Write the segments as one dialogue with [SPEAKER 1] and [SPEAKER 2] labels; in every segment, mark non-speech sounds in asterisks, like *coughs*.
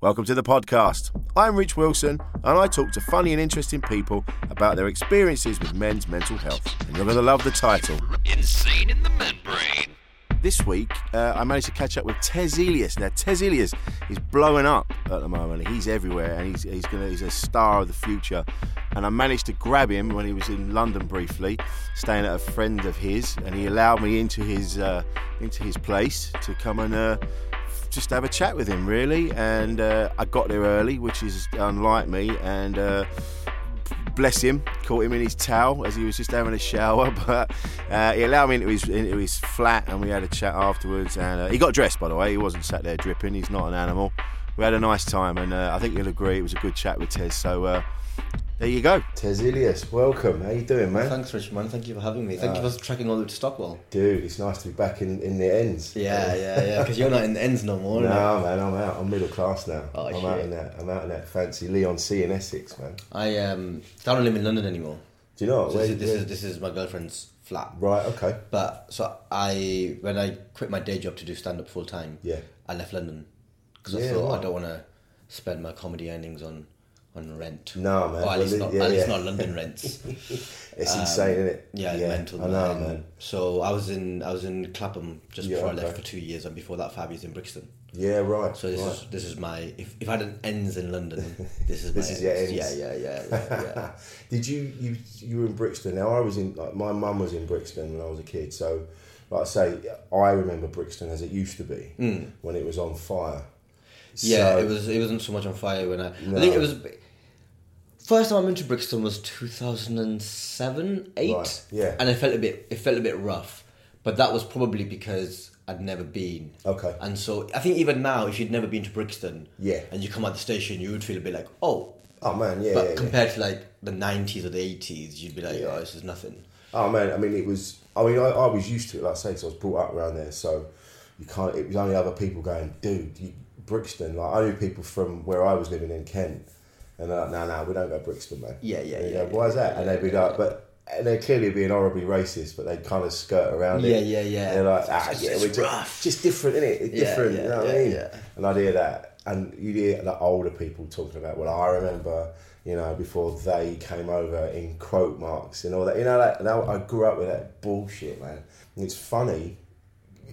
[SPEAKER 1] Welcome to the podcast. I'm Rich Wilson, and I talk to funny and interesting people about their experiences with men's mental health. And you're going to love the title.
[SPEAKER 2] Insane in the membrane.
[SPEAKER 1] This week, uh, I managed to catch up with Tez Elias. Now, Tez Elias is blowing up at the moment. He's everywhere, and he's he's, gonna, he's a star of the future. And I managed to grab him when he was in London briefly, staying at a friend of his, and he allowed me into his uh, into his place to come and. Uh, just have a chat with him really and uh, i got there early which is unlike me and uh, bless him caught him in his towel as he was just having a shower *laughs* but uh, he allowed me into his, into his flat and we had a chat afterwards and uh, he got dressed by the way he wasn't sat there dripping he's not an animal we had a nice time and uh, i think you'll agree it was a good chat with tez so uh, there you go tez ilias welcome how you doing man
[SPEAKER 3] Thanks, Rich, man. Thank you for having me. Thank you for tracking all the way to Stockwell.
[SPEAKER 1] dude it's nice to be back in, in the ends
[SPEAKER 3] Yeah, yeah, *laughs* yeah. Because you're not in the ends no more. innit?
[SPEAKER 1] No, man, I'm out. I'm middle class now.
[SPEAKER 3] Oh,
[SPEAKER 1] I'm out
[SPEAKER 3] shit.
[SPEAKER 1] in that. I'm out in that fancy Leon C in Essex, man.
[SPEAKER 3] I um, I don't live in London anymore.
[SPEAKER 1] Do you know?
[SPEAKER 3] So
[SPEAKER 1] where-
[SPEAKER 3] this, is, this
[SPEAKER 1] where-
[SPEAKER 3] is this is my girlfriend's flat.
[SPEAKER 1] right. Okay.
[SPEAKER 3] But so I when I quit my day job to do stand up full time.
[SPEAKER 1] Yeah.
[SPEAKER 3] I left London because
[SPEAKER 1] Yeah,
[SPEAKER 3] I thought
[SPEAKER 1] right.
[SPEAKER 3] I don't want to spend my comedy earnings on on rent.
[SPEAKER 1] No, man.
[SPEAKER 3] Or at least
[SPEAKER 1] Well,
[SPEAKER 3] not
[SPEAKER 1] yeah,
[SPEAKER 3] at least
[SPEAKER 1] yeah. *laughs*
[SPEAKER 3] not London rents.
[SPEAKER 1] It's insane, isn't it?
[SPEAKER 3] Um, Yeah, it's mental.
[SPEAKER 1] I know,
[SPEAKER 3] Um,
[SPEAKER 1] man.
[SPEAKER 3] So I was in I was in Clapham just
[SPEAKER 1] Yeah,
[SPEAKER 3] before I
[SPEAKER 1] okay.
[SPEAKER 3] left for two years, and before that five years in Brixton.
[SPEAKER 1] Yeah, right.
[SPEAKER 3] So this
[SPEAKER 1] right.
[SPEAKER 3] is this is my if, if I had an ends
[SPEAKER 1] *laughs*
[SPEAKER 3] in London, this is my
[SPEAKER 1] This is your
[SPEAKER 3] ends.
[SPEAKER 1] ends.
[SPEAKER 3] Yeah, yeah, yeah, yeah. *laughs* yeah.
[SPEAKER 1] Did you you you were in Brixton? Now I was in like my mum was in Brixton when I was a kid. So like I say, I remember Brixton as it used to be when it was on fire.
[SPEAKER 3] Hmm. Yeah,
[SPEAKER 1] So-
[SPEAKER 3] it was it wasn't so much on fire when I I think it was first time I went to Brixton was two thousand and seven, eight.
[SPEAKER 1] Right, yeah.
[SPEAKER 3] And it felt a bit it felt a bit rough. But that was probably because I'd never been.
[SPEAKER 1] Okay.
[SPEAKER 3] And so I think even now if you'd never been to Brixton
[SPEAKER 1] Yeah.
[SPEAKER 3] and you come at the station you would feel a bit like, Oh
[SPEAKER 1] Oh man, yeah,
[SPEAKER 3] but
[SPEAKER 1] yeah, yeah.
[SPEAKER 3] compared to like the nineties or the eighties, you'd be like, Oh, this is nothing.
[SPEAKER 1] Oh man, I mean it was. I mean I, I was used to it, like I say, 'cause I was brought up around there. So you can't. It was only other people going, dude, you, Brixton. Like I knew people from where I was living in Kent, and they're like, no, no, we don't go Brixton, man.
[SPEAKER 3] Yeah, yeah,
[SPEAKER 1] And you
[SPEAKER 3] yeah,
[SPEAKER 1] go, Why is that? And they'd be like, but. And they're clearly being horribly racist, but they kind of skirt around it.
[SPEAKER 3] Yeah, yeah, yeah.
[SPEAKER 1] And they're like, ah,
[SPEAKER 3] It's
[SPEAKER 1] yeah,
[SPEAKER 3] just
[SPEAKER 1] we're just,
[SPEAKER 3] rough."
[SPEAKER 1] just different, innit? It's
[SPEAKER 3] Yeah,
[SPEAKER 1] different,
[SPEAKER 3] yeah,
[SPEAKER 1] you know what I
[SPEAKER 3] yeah,
[SPEAKER 1] mean?
[SPEAKER 3] yeah.
[SPEAKER 1] And I'd hear that, and you'd hear the older people talking about, well, I remember, you know, before they came over in quote marks and all that. You know, like, and I, I grew up with that bullshit, man. And it's funny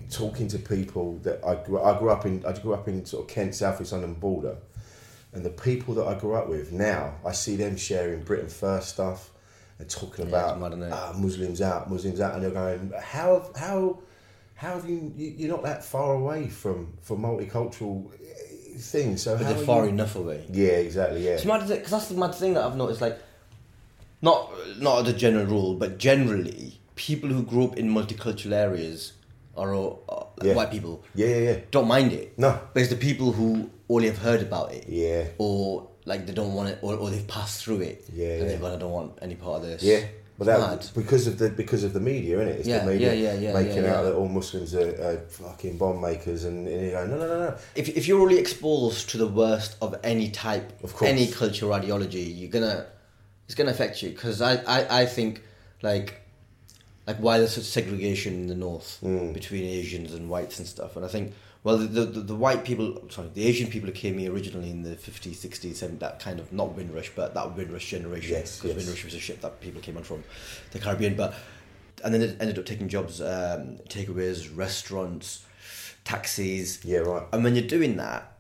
[SPEAKER 1] talking to people that I grew, I grew up in, I grew up in sort of Kent, South East London border. And the people that I grew up with now, I see them sharing Britain First stuff and talking about
[SPEAKER 3] mad, innit?
[SPEAKER 1] "Ah, Muslims out, Muslims out, and they're going, how, how, how have you, you you're not that far away from, from multicultural eh, things. So
[SPEAKER 3] But
[SPEAKER 1] how
[SPEAKER 3] they're
[SPEAKER 1] are
[SPEAKER 3] far
[SPEAKER 1] you?
[SPEAKER 3] enough away.
[SPEAKER 1] Yeah, exactly. Yeah.
[SPEAKER 3] It's mad because that's the mad thing that I've noticed. Like, not not as a general rule, but generally, people who grew up in multicultural areas are all are, like
[SPEAKER 1] Yeah.
[SPEAKER 3] white people.
[SPEAKER 1] Yeah, yeah, yeah.
[SPEAKER 3] Don't mind it.
[SPEAKER 1] No.
[SPEAKER 3] but it's the people who only have heard about it.
[SPEAKER 1] Yeah.
[SPEAKER 3] or like they don't want it, or, or they've passed through it.
[SPEAKER 1] Yeah,
[SPEAKER 3] and
[SPEAKER 1] yeah.
[SPEAKER 3] they've gone, I don't want any part of this.
[SPEAKER 1] Yeah, but
[SPEAKER 3] It's
[SPEAKER 1] that
[SPEAKER 3] mad.
[SPEAKER 1] because of the because of the media, isn't it? It's
[SPEAKER 3] Yeah,
[SPEAKER 1] the media
[SPEAKER 3] yeah, yeah, yeah,
[SPEAKER 1] making
[SPEAKER 3] yeah,
[SPEAKER 1] out
[SPEAKER 3] yeah.
[SPEAKER 1] that all Muslims are, are fucking bomb makers, and, and you go, no, no, no, no.
[SPEAKER 3] if, if you're only exposed to the worst of any type,
[SPEAKER 1] Of course.
[SPEAKER 3] any cultural ideology, you're gonna it's gonna affect you. Because I, I, I think like
[SPEAKER 1] Mm.
[SPEAKER 3] like why there's such segregation in the north between Asians and whites and stuff, and I think well, the, the, the white people, sorry, the Asian people who came here originally in the 50s, 60s, 70s, that kind of, not Windrush, but that Windrush generation.
[SPEAKER 1] Yes, yes.
[SPEAKER 3] Windrush was a ship that people came on from the Caribbean. But And then it ended up taking jobs, um, takeaways, restaurants, taxis.
[SPEAKER 1] Yeah, right.
[SPEAKER 3] And when you're doing that,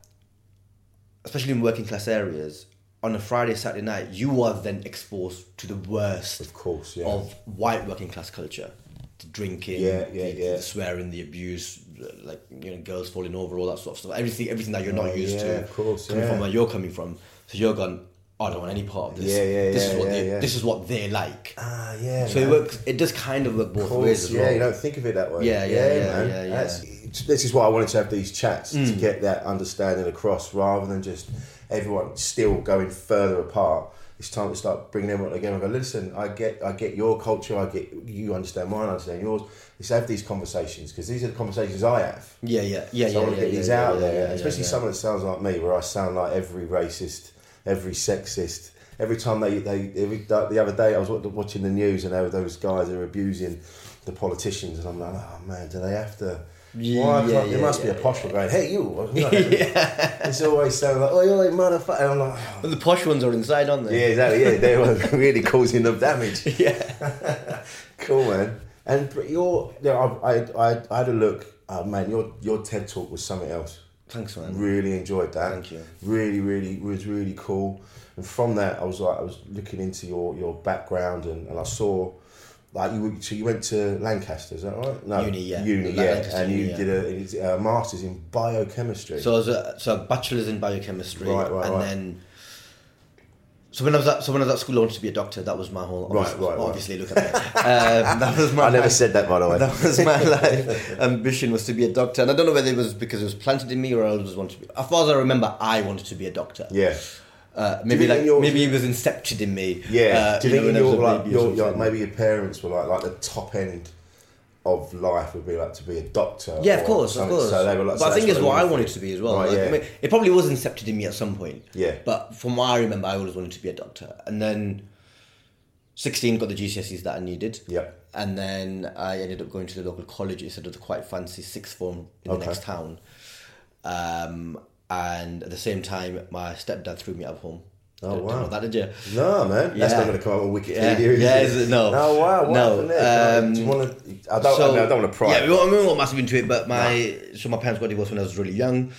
[SPEAKER 3] especially in working class areas, on a Friday, Saturday night, you are then exposed to the worst
[SPEAKER 1] Of course, yeah.
[SPEAKER 3] of white working class culture. The drinking,
[SPEAKER 1] Yeah, yeah,
[SPEAKER 3] the,
[SPEAKER 1] yeah.
[SPEAKER 3] the swearing, the abuse, the- like you know, girls falling over, all that sort of stuff. Everything everything that you're not
[SPEAKER 1] Oh,
[SPEAKER 3] used
[SPEAKER 1] yeah,
[SPEAKER 3] to
[SPEAKER 1] of course,
[SPEAKER 3] coming from
[SPEAKER 1] yeah.
[SPEAKER 3] where you're coming from. So you're gone, "Oh, I don't want any part of this.
[SPEAKER 1] Yeah, yeah,
[SPEAKER 3] this
[SPEAKER 1] yeah,
[SPEAKER 3] is what
[SPEAKER 1] yeah,
[SPEAKER 3] they
[SPEAKER 1] yeah.
[SPEAKER 3] this is what they like.
[SPEAKER 1] Ah, yeah.
[SPEAKER 3] so it
[SPEAKER 1] man.
[SPEAKER 3] works it does kind of work both
[SPEAKER 1] Of course,
[SPEAKER 3] ways as
[SPEAKER 1] yeah,
[SPEAKER 3] well.
[SPEAKER 1] you don't think of it that way.
[SPEAKER 3] Yeah, yeah, yeah,
[SPEAKER 1] man.
[SPEAKER 3] yeah, Mm. yeah.
[SPEAKER 1] That's- it's- this is why I wanted to have these chats to get that understanding across, rather than just everyone still going further apart. It's time to start bringing everyone together and go. Listen, I get, I get your culture. I get you understand mine. I understand yours. Let's have these conversations because these are the conversations I have.
[SPEAKER 3] yeah, yeah, yeah,
[SPEAKER 1] So
[SPEAKER 3] yeah.
[SPEAKER 1] I want to
[SPEAKER 3] yeah,
[SPEAKER 1] get
[SPEAKER 3] yeah,
[SPEAKER 1] these
[SPEAKER 3] yeah,
[SPEAKER 1] out
[SPEAKER 3] yeah,
[SPEAKER 1] there,
[SPEAKER 3] yeah, yeah,
[SPEAKER 1] especially
[SPEAKER 3] yeah.
[SPEAKER 1] someone that sounds like me, where I sound like every racist, every sexist. Every time they, they every, the other day I was wa- watching the news and there were those guys who are abusing the politicians and I'm like, oh man, do they have to? Why
[SPEAKER 3] Yeah,
[SPEAKER 1] can't, there
[SPEAKER 3] yeah,
[SPEAKER 1] must
[SPEAKER 3] yeah,
[SPEAKER 1] be a posh one going, hey
[SPEAKER 3] *laughs*
[SPEAKER 1] you. *laughs* It's always sounding like, oh you're a motherfucker. And I'm like, oh,
[SPEAKER 3] But the posh ones are inside, aren't
[SPEAKER 1] yeah,
[SPEAKER 3] they?
[SPEAKER 1] exactly. Yeah, they
[SPEAKER 3] *laughs*
[SPEAKER 1] were really causing them damage.
[SPEAKER 3] Yeah.
[SPEAKER 1] *laughs* cool, man. And but your, yeah, I, I, I, I had a look. Uh, man, your your TED talk was something else.
[SPEAKER 3] Thanks, man.
[SPEAKER 1] Really enjoyed that.
[SPEAKER 3] Thank you.
[SPEAKER 1] Really, really was really cool. And from that, I was like, I was looking into your your background, and, and I saw. Like you, were- so you went to Lancaster, is that right? No,
[SPEAKER 3] Uni, yeah.
[SPEAKER 1] uni,
[SPEAKER 3] Lan-
[SPEAKER 1] yeah,
[SPEAKER 3] Lancaster
[SPEAKER 1] and you
[SPEAKER 3] Uni, yeah.
[SPEAKER 1] did a, a masters in biochemistry.
[SPEAKER 3] So I was a, so a bachelor's in biochemistry,
[SPEAKER 1] Right, right,
[SPEAKER 3] and
[SPEAKER 1] right.
[SPEAKER 3] then. So when I was at so when I was at school, I wanted to be a doctor. That was my whole
[SPEAKER 1] Right, right, right.
[SPEAKER 3] obviously look at *laughs* me. Um, that was my
[SPEAKER 1] I never said that, by the way.
[SPEAKER 3] *laughs* that was my life ambition was to be a doctor, and I don't know whether it was because it was planted in me or I was wanted to be. As far as I remember, I wanted to be a doctor.
[SPEAKER 1] yeah,
[SPEAKER 3] Uh,
[SPEAKER 1] Do
[SPEAKER 3] maybe
[SPEAKER 1] you think
[SPEAKER 3] like
[SPEAKER 1] your-
[SPEAKER 3] maybe it was incepted in me.
[SPEAKER 1] Yeah.
[SPEAKER 3] Uh,
[SPEAKER 1] Do you think
[SPEAKER 3] know, when I was
[SPEAKER 1] your,
[SPEAKER 3] a
[SPEAKER 1] like,
[SPEAKER 3] baby or
[SPEAKER 1] your, your,
[SPEAKER 3] something.
[SPEAKER 1] maybe your parents were like like the top end of life would be like to be a doctor?
[SPEAKER 3] Yeah, of
[SPEAKER 1] or
[SPEAKER 3] course, of
[SPEAKER 1] something.
[SPEAKER 3] course.
[SPEAKER 1] So they were like.
[SPEAKER 3] but
[SPEAKER 1] so
[SPEAKER 3] I think
[SPEAKER 1] that's
[SPEAKER 3] it's what I
[SPEAKER 1] they were
[SPEAKER 3] wanted to
[SPEAKER 1] thinking.
[SPEAKER 3] be as well.
[SPEAKER 1] Right,
[SPEAKER 3] Like,
[SPEAKER 1] yeah.
[SPEAKER 3] I mean, it probably was incepted in me at some point.
[SPEAKER 1] Yeah.
[SPEAKER 3] But from what I remember, I always wanted to be a doctor. And then 16 got the GCSEs that I needed.
[SPEAKER 1] Yep.
[SPEAKER 3] And then I ended up going to the local college instead of the quite fancy sixth form in the
[SPEAKER 1] Okay.
[SPEAKER 3] next town. Um, and at the same time, my stepdad threw me out of home.
[SPEAKER 1] Oh,
[SPEAKER 3] Don't- don't
[SPEAKER 1] wow.
[SPEAKER 3] know That did you?
[SPEAKER 1] No man, that's
[SPEAKER 3] Yeah.
[SPEAKER 1] not going to come up on
[SPEAKER 3] Yeah.
[SPEAKER 1] Wikipedia. Is
[SPEAKER 3] Yeah,
[SPEAKER 1] it?
[SPEAKER 3] is it? No.
[SPEAKER 1] No, wow. What
[SPEAKER 3] No,
[SPEAKER 1] happened there?
[SPEAKER 3] um,
[SPEAKER 1] Do you want to? I don't. I, mean, I don't want to pry.
[SPEAKER 3] Yeah, we won't, we won't massive into it. But my so my parents got divorced when I was really young.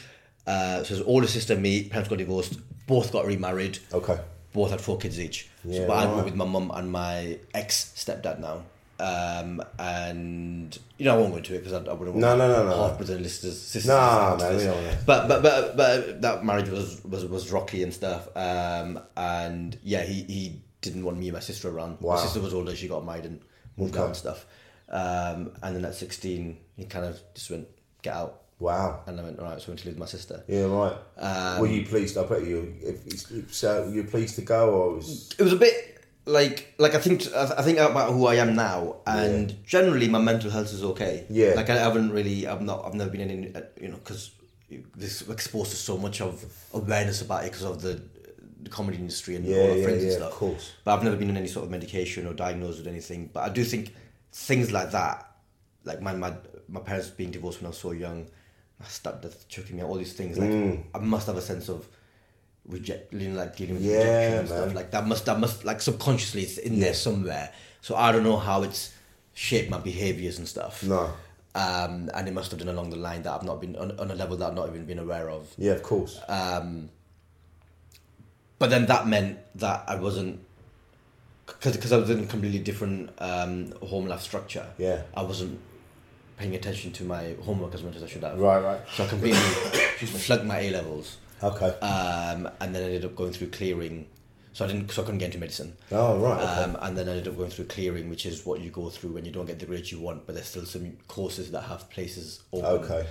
[SPEAKER 3] Uh, so his older sister, and me, parents got divorced. Both got remarried.
[SPEAKER 1] okay.
[SPEAKER 3] Both had four kids each.
[SPEAKER 1] Yeah,
[SPEAKER 3] so, but I grew
[SPEAKER 1] right.
[SPEAKER 3] up with my mum and my ex stepdad now. Um, and you know I won't go into it because I, I wouldn't.
[SPEAKER 1] No,
[SPEAKER 3] want
[SPEAKER 1] no, no, no,
[SPEAKER 3] Half
[SPEAKER 1] no.
[SPEAKER 3] brothers and sisters. sisters
[SPEAKER 1] No,
[SPEAKER 3] listening to
[SPEAKER 1] no, we
[SPEAKER 3] this.
[SPEAKER 1] don't want to-
[SPEAKER 3] But but but but that marriage was was was rocky and stuff. Um, and yeah, he he didn't want me and my sister around.
[SPEAKER 1] Wow.
[SPEAKER 3] My sister was older; she got married and moved out and stuff. Um, and then at sixteen, he kind of just went get out.
[SPEAKER 1] Wow.
[SPEAKER 3] And I went all right, so I went to live with my sister.
[SPEAKER 1] Yeah, right. were you
[SPEAKER 3] Um,
[SPEAKER 1] pleased? I bet you. If, if, so you were pleased to go, or was,
[SPEAKER 3] It was a bit like like I think I I think about who I am now, and generally my mental health is okay.
[SPEAKER 1] Yeah.
[SPEAKER 3] like I haven't really I've not I've never been in any, uh, you know because this exposed to so much of awareness about it because of the, the comedy industry and all
[SPEAKER 1] Yeah,
[SPEAKER 3] our
[SPEAKER 1] yeah,
[SPEAKER 3] friends and
[SPEAKER 1] yeah,
[SPEAKER 3] stuff.
[SPEAKER 1] of course.
[SPEAKER 3] But I've never been on any sort of medication or diagnosed with anything. But I do think things like that, like my my, my parents being divorced when I was so young, my stepdad choking me out, all these things. Like
[SPEAKER 1] Mm.
[SPEAKER 3] I must have a sense of reject, you know, like dealing with
[SPEAKER 1] Yeah,
[SPEAKER 3] rejection and stuff.
[SPEAKER 1] man.
[SPEAKER 3] Like that must that must like subconsciously it's in there somewhere. So I don't know how it's shaped my behaviors and stuff.
[SPEAKER 1] no.
[SPEAKER 3] Um, and it must have done along the line that I've not been on, on a level that I've not even been aware of.
[SPEAKER 1] Yeah, of course.
[SPEAKER 3] Uh, but then that meant that I wasn't because I was in a completely different um, home life structure.
[SPEAKER 1] Yeah.
[SPEAKER 3] I wasn't paying attention to my homework as much as I should have.
[SPEAKER 1] right, right.
[SPEAKER 3] So I completely *coughs* slugged my A levels,
[SPEAKER 1] Okay.
[SPEAKER 3] um, and then I ended up going through clearing. So I didn't, so I couldn't get into medicine.
[SPEAKER 1] oh, right. Okay.
[SPEAKER 3] Um, and then I ended up going through clearing, which is what you go through when you don't get the grades you want, but there's still some courses that have places open.
[SPEAKER 1] Okay.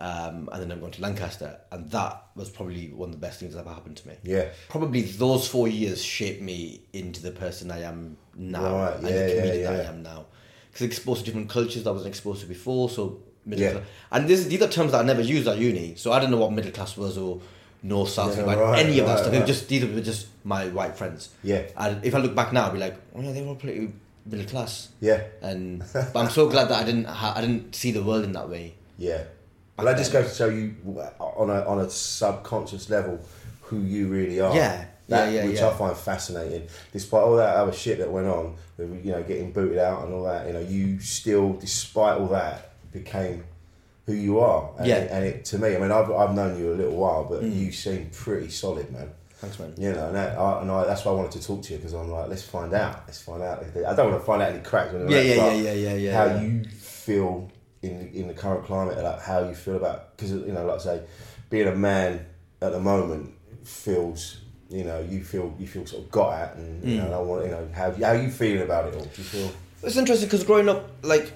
[SPEAKER 3] Um, and then I'm going to Lancaster, and that was probably one of the best things that ever happened to me.
[SPEAKER 1] Yeah.
[SPEAKER 3] Probably those four years shaped me into the person I am now
[SPEAKER 1] Right,
[SPEAKER 3] and
[SPEAKER 1] yeah,
[SPEAKER 3] the comedian
[SPEAKER 1] yeah,
[SPEAKER 3] that
[SPEAKER 1] yeah.
[SPEAKER 3] I am now. Because exposed to different cultures that I wasn't exposed to before, so middle
[SPEAKER 1] Yeah.
[SPEAKER 3] class. And this, these are terms that I never used at uni, so I don't know what middle class was or north, south,
[SPEAKER 1] Yeah,
[SPEAKER 3] like
[SPEAKER 1] right,
[SPEAKER 3] any of that
[SPEAKER 1] right,
[SPEAKER 3] stuff. It was
[SPEAKER 1] right.
[SPEAKER 3] just these were just my white friends.
[SPEAKER 1] Yeah.
[SPEAKER 3] And if I look back now, I'd be like, oh yeah, they were pretty middle class.
[SPEAKER 1] Yeah. *laughs*
[SPEAKER 3] And but I'm so glad that I didn't ha- I didn't see the world in that way.
[SPEAKER 1] yeah. But that just goes to show you wh- on a on a subconscious level who you really are.
[SPEAKER 3] Yeah.
[SPEAKER 1] That,
[SPEAKER 3] Yeah, yeah,
[SPEAKER 1] which
[SPEAKER 3] yeah.
[SPEAKER 1] I find fascinating. Despite all that other shit that went on, with, you know, getting booted out and all that, you know, you still, despite all that, became who you are. And
[SPEAKER 3] Yeah. Mm.
[SPEAKER 1] It, and it to me, I mean, I've, I've known you a little while, but you seem pretty solid, man.
[SPEAKER 3] Thanks, man.
[SPEAKER 1] You know, and, that, I, and I, that's why I wanted to talk to you because I'm like, let's find out. Let's find out. If they, I don't want to find out any cracks. or anything
[SPEAKER 3] Yeah,
[SPEAKER 1] like that, but
[SPEAKER 3] yeah, yeah, yeah, yeah, yeah,
[SPEAKER 1] How
[SPEAKER 3] yeah.
[SPEAKER 1] you feel in in the current climate, like how you feel about because you know, like I say, being a man at the moment feels. You know, you feel you feel sort of got at, and
[SPEAKER 3] Mm.
[SPEAKER 1] you know, I want you know how how you feeling about it all. Do you feel?
[SPEAKER 3] It's interesting because growing up, like,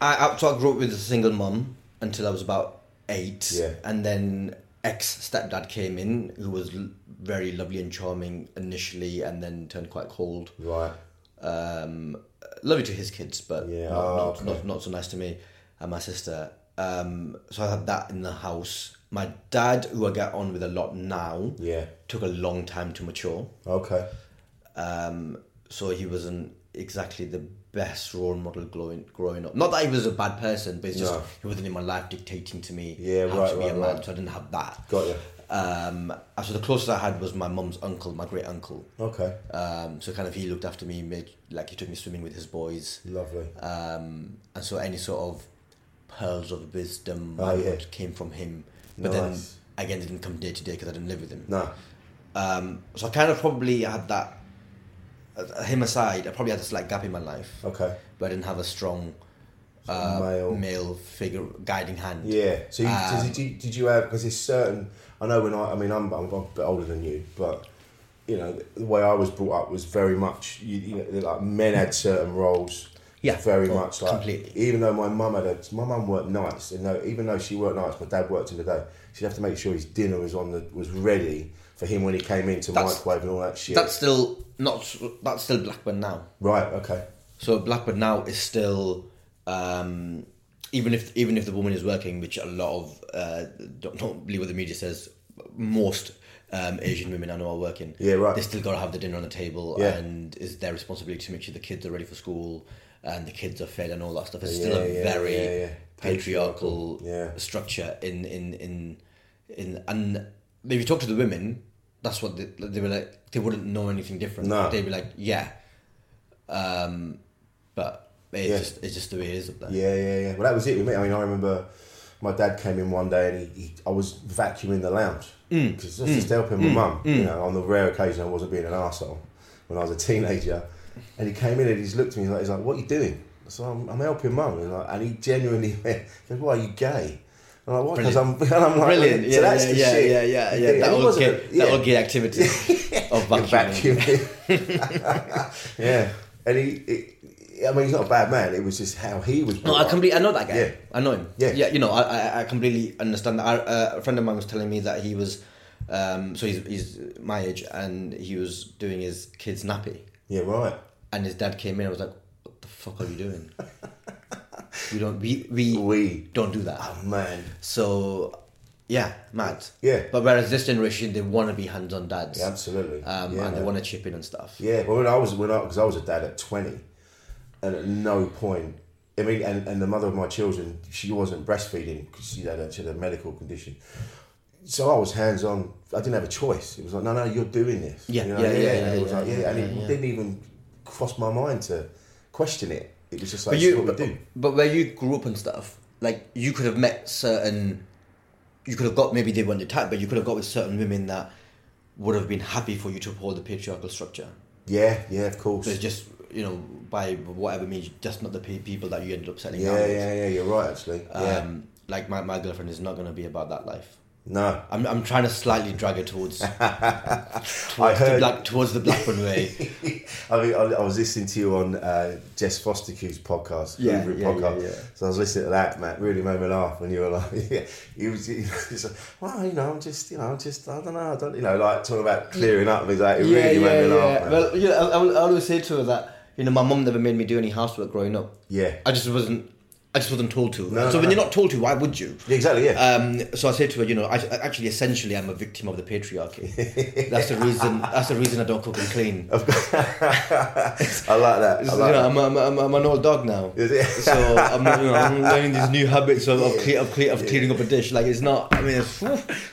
[SPEAKER 3] I, I so I grew up with a single mum until I was about eight,
[SPEAKER 1] Yeah.
[SPEAKER 3] and then ex stepdad came in who was l- very lovely and charming initially, and then turned quite cold.
[SPEAKER 1] Right.
[SPEAKER 3] Um, lovely to his kids, but
[SPEAKER 1] Yeah,
[SPEAKER 3] not,
[SPEAKER 1] oh,
[SPEAKER 3] not,
[SPEAKER 1] okay.
[SPEAKER 3] not not so nice to me and my sister. Um, so I had that in the house. My dad, who I get on with a lot now,
[SPEAKER 1] Yeah.
[SPEAKER 3] took a long time to mature.
[SPEAKER 1] Okay.
[SPEAKER 3] Um, so he wasn't exactly the best role model growing, growing up. Not that he was a bad person, but it's just
[SPEAKER 1] No.
[SPEAKER 3] he wasn't in my life dictating to me
[SPEAKER 1] Yeah,
[SPEAKER 3] how
[SPEAKER 1] right,
[SPEAKER 3] to be
[SPEAKER 1] right,
[SPEAKER 3] a man.
[SPEAKER 1] right.
[SPEAKER 3] So I didn't have that.
[SPEAKER 1] Got you.
[SPEAKER 3] Um, and so the closest I had was my mum's uncle, my great uncle.
[SPEAKER 1] Okay.
[SPEAKER 3] Um, so kind of he looked after me, made like he took me swimming with his boys,
[SPEAKER 1] Lovely.
[SPEAKER 3] um, and so any sort of pearls of wisdom
[SPEAKER 1] Oh,
[SPEAKER 3] I
[SPEAKER 1] yeah.
[SPEAKER 3] would came from him. But
[SPEAKER 1] Nice.
[SPEAKER 3] then again, they didn't come day to day because I didn't live with him.
[SPEAKER 1] no.
[SPEAKER 3] Um, so I kind of probably had that, uh, him aside, I probably had a slight gap in my life
[SPEAKER 1] Okay.
[SPEAKER 3] where I didn't have a strong uh,
[SPEAKER 1] Male.
[SPEAKER 3] male. figure guiding hand.
[SPEAKER 1] Yeah. So you,
[SPEAKER 3] Um,
[SPEAKER 1] did, you, did you have because there's certain I know when I I mean I'm, I'm a bit older than you, but you know the way I was brought up was very much you, you know they're like men had certain roles.
[SPEAKER 3] Yeah.
[SPEAKER 1] Very
[SPEAKER 3] Oh,
[SPEAKER 1] much like
[SPEAKER 3] completely.
[SPEAKER 1] even though my mum had a my mum worked nights and no even though she worked nights, my dad worked in the day. She'd have to make sure his dinner was on the was ready for him when he came in to
[SPEAKER 3] That's-
[SPEAKER 1] microwave and all that shit.
[SPEAKER 3] That's still not, that's still Blackburn now.
[SPEAKER 1] right. Okay.
[SPEAKER 3] So Blackbird now is still, um, even if even if the woman is working, which a lot of uh, don't, don't believe what the media says, most um, Asian women I know are working.
[SPEAKER 1] Yeah, right.
[SPEAKER 3] They still got to have the dinner on the table,
[SPEAKER 1] Yeah.
[SPEAKER 3] and it's their responsibility to make sure the kids are ready for school and the kids are fed and all that stuff. It's
[SPEAKER 1] Yeah,
[SPEAKER 3] still a
[SPEAKER 1] yeah,
[SPEAKER 3] very
[SPEAKER 1] yeah, yeah.
[SPEAKER 3] patriarchal,
[SPEAKER 1] Yeah.
[SPEAKER 3] structure in in in in and if you talk to the women, that's what they, they were like. They wouldn't know anything different.
[SPEAKER 1] No.
[SPEAKER 3] They'd be like, yeah. Um, but it's
[SPEAKER 1] Yeah.
[SPEAKER 3] just it's just the way it is up there.
[SPEAKER 1] Yeah, yeah, yeah. Well, that was it with me. I mean, I remember my dad came in one day and he, he I was vacuuming the lounge because mm. just helping my mum.
[SPEAKER 3] Mm.
[SPEAKER 1] You know, on the rare occasion I wasn't being an arsehole when I was a teenager, and he came in and he just looked at me and he's like, "What are you doing?" So I'm, I'm helping mum, and, like, and he genuinely *laughs* went, he goes, "Why are you gay?" And I'm like, "What?" Because I'm, *laughs* and I'm like,
[SPEAKER 3] Brilliant. Yeah,
[SPEAKER 1] So that's
[SPEAKER 3] yeah,
[SPEAKER 1] the
[SPEAKER 3] yeah,
[SPEAKER 1] shit.
[SPEAKER 3] yeah, yeah,
[SPEAKER 1] You think-
[SPEAKER 3] yeah, That
[SPEAKER 1] and he
[SPEAKER 3] all
[SPEAKER 1] wasn't
[SPEAKER 3] gay,
[SPEAKER 1] a-
[SPEAKER 3] that
[SPEAKER 1] yeah.
[SPEAKER 3] all
[SPEAKER 1] *laughs*
[SPEAKER 3] gay activity of vacuuming. *laughs*
[SPEAKER 1] Vacuuming. *laughs* yeah, and he, it, I mean, he's not a bad man. It was just how he was.
[SPEAKER 3] No,
[SPEAKER 1] brought
[SPEAKER 3] I
[SPEAKER 1] up.
[SPEAKER 3] completely. I know that guy.
[SPEAKER 1] Yeah.
[SPEAKER 3] I know him.
[SPEAKER 1] Yeah.
[SPEAKER 3] yeah. You know, I, I, I completely understand that. I, uh, a friend of mine was telling me that he was, um, so he's he's my age, and he was doing his kid's nappy,
[SPEAKER 1] Yeah, right.
[SPEAKER 3] and his dad came in. and was like, "What the fuck are
[SPEAKER 1] *laughs*
[SPEAKER 3] you doing? we don't. We we
[SPEAKER 1] We.
[SPEAKER 3] don't do that."
[SPEAKER 1] Oh, Man,
[SPEAKER 3] So, yeah, mad.
[SPEAKER 1] Yeah.
[SPEAKER 3] But whereas this generation, they want to be hands-on dads.
[SPEAKER 1] Yeah, absolutely.
[SPEAKER 3] Um,
[SPEAKER 1] Yeah,
[SPEAKER 3] and they
[SPEAKER 1] man.
[SPEAKER 3] want to chip in and stuff.
[SPEAKER 1] Yeah, well, when I was when I because I was a dad at twenty, and at no point, I mean, and, and the mother of my children, she wasn't breastfeeding because she had a, she had a medical condition. So I was hands on. I didn't have a choice. It was like, no, no, you're doing this.
[SPEAKER 3] Yeah,
[SPEAKER 1] You know,
[SPEAKER 3] yeah, yeah,
[SPEAKER 1] and it
[SPEAKER 3] yeah,
[SPEAKER 1] was like, yeah,
[SPEAKER 3] yeah,
[SPEAKER 1] and it
[SPEAKER 3] yeah, yeah.
[SPEAKER 1] didn't even cross my mind to question it. It was just like,
[SPEAKER 3] But
[SPEAKER 1] this is
[SPEAKER 3] you,
[SPEAKER 1] what
[SPEAKER 3] but,
[SPEAKER 1] we do.
[SPEAKER 3] but where you grew up and stuff, like you could have met certain, you could have got maybe they weren't your type, but you could have got with certain women that would have been happy for you to uphold the patriarchal structure.
[SPEAKER 1] Yeah, yeah, of course.
[SPEAKER 3] So it's just you know by whatever means, just not the pe- people that you ended up settling down
[SPEAKER 1] yeah,
[SPEAKER 3] with.
[SPEAKER 1] yeah, yeah. You're right, actually. yeah.
[SPEAKER 3] Um, like my, my girlfriend is not going to be about that life.
[SPEAKER 1] No,
[SPEAKER 3] I'm, I'm trying to slightly drag her
[SPEAKER 1] *laughs*
[SPEAKER 3] towards
[SPEAKER 1] I
[SPEAKER 3] towards, the,
[SPEAKER 1] heard.
[SPEAKER 3] black, towards the Blackburn way.
[SPEAKER 1] I mean, I, I was listening to you on uh, Jess Foster Q's podcast,
[SPEAKER 3] Yeah,
[SPEAKER 1] Hoover
[SPEAKER 3] yeah,
[SPEAKER 1] podcast.
[SPEAKER 3] yeah, yeah.
[SPEAKER 1] So I was listening to that, Matt. Really made me laugh when you were like, *laughs* yeah, you was, you was like, well, you know, I'm just, you know, I'm just, I don't know, I don't, you know, like talking about clearing up. and Like, it really made me laugh. man.
[SPEAKER 3] Well, you know, I, I, will- I always say to her that you know my mum never made me do any housework growing up.
[SPEAKER 1] Yeah.
[SPEAKER 3] I just wasn't. I just wasn't told to.
[SPEAKER 1] No, no,
[SPEAKER 3] so when
[SPEAKER 1] no.
[SPEAKER 3] you're not told to, why would you?
[SPEAKER 1] Exactly, yeah.
[SPEAKER 3] Um, so I said to her, you know, I, I actually essentially I'm a victim of
[SPEAKER 1] *laughs*
[SPEAKER 3] the patriarchy. that's the reason. That's the reason I don't cook and clean. Of course,
[SPEAKER 1] I like that. I like
[SPEAKER 3] you know,
[SPEAKER 1] that.
[SPEAKER 3] I'm, I'm, I'm, I'm an old dog now.
[SPEAKER 1] Is it?
[SPEAKER 3] so I'm, you know, I'm learning these new habits of of, cle- of, cle- of clearing up a dish. Like it's not. I mean, it's,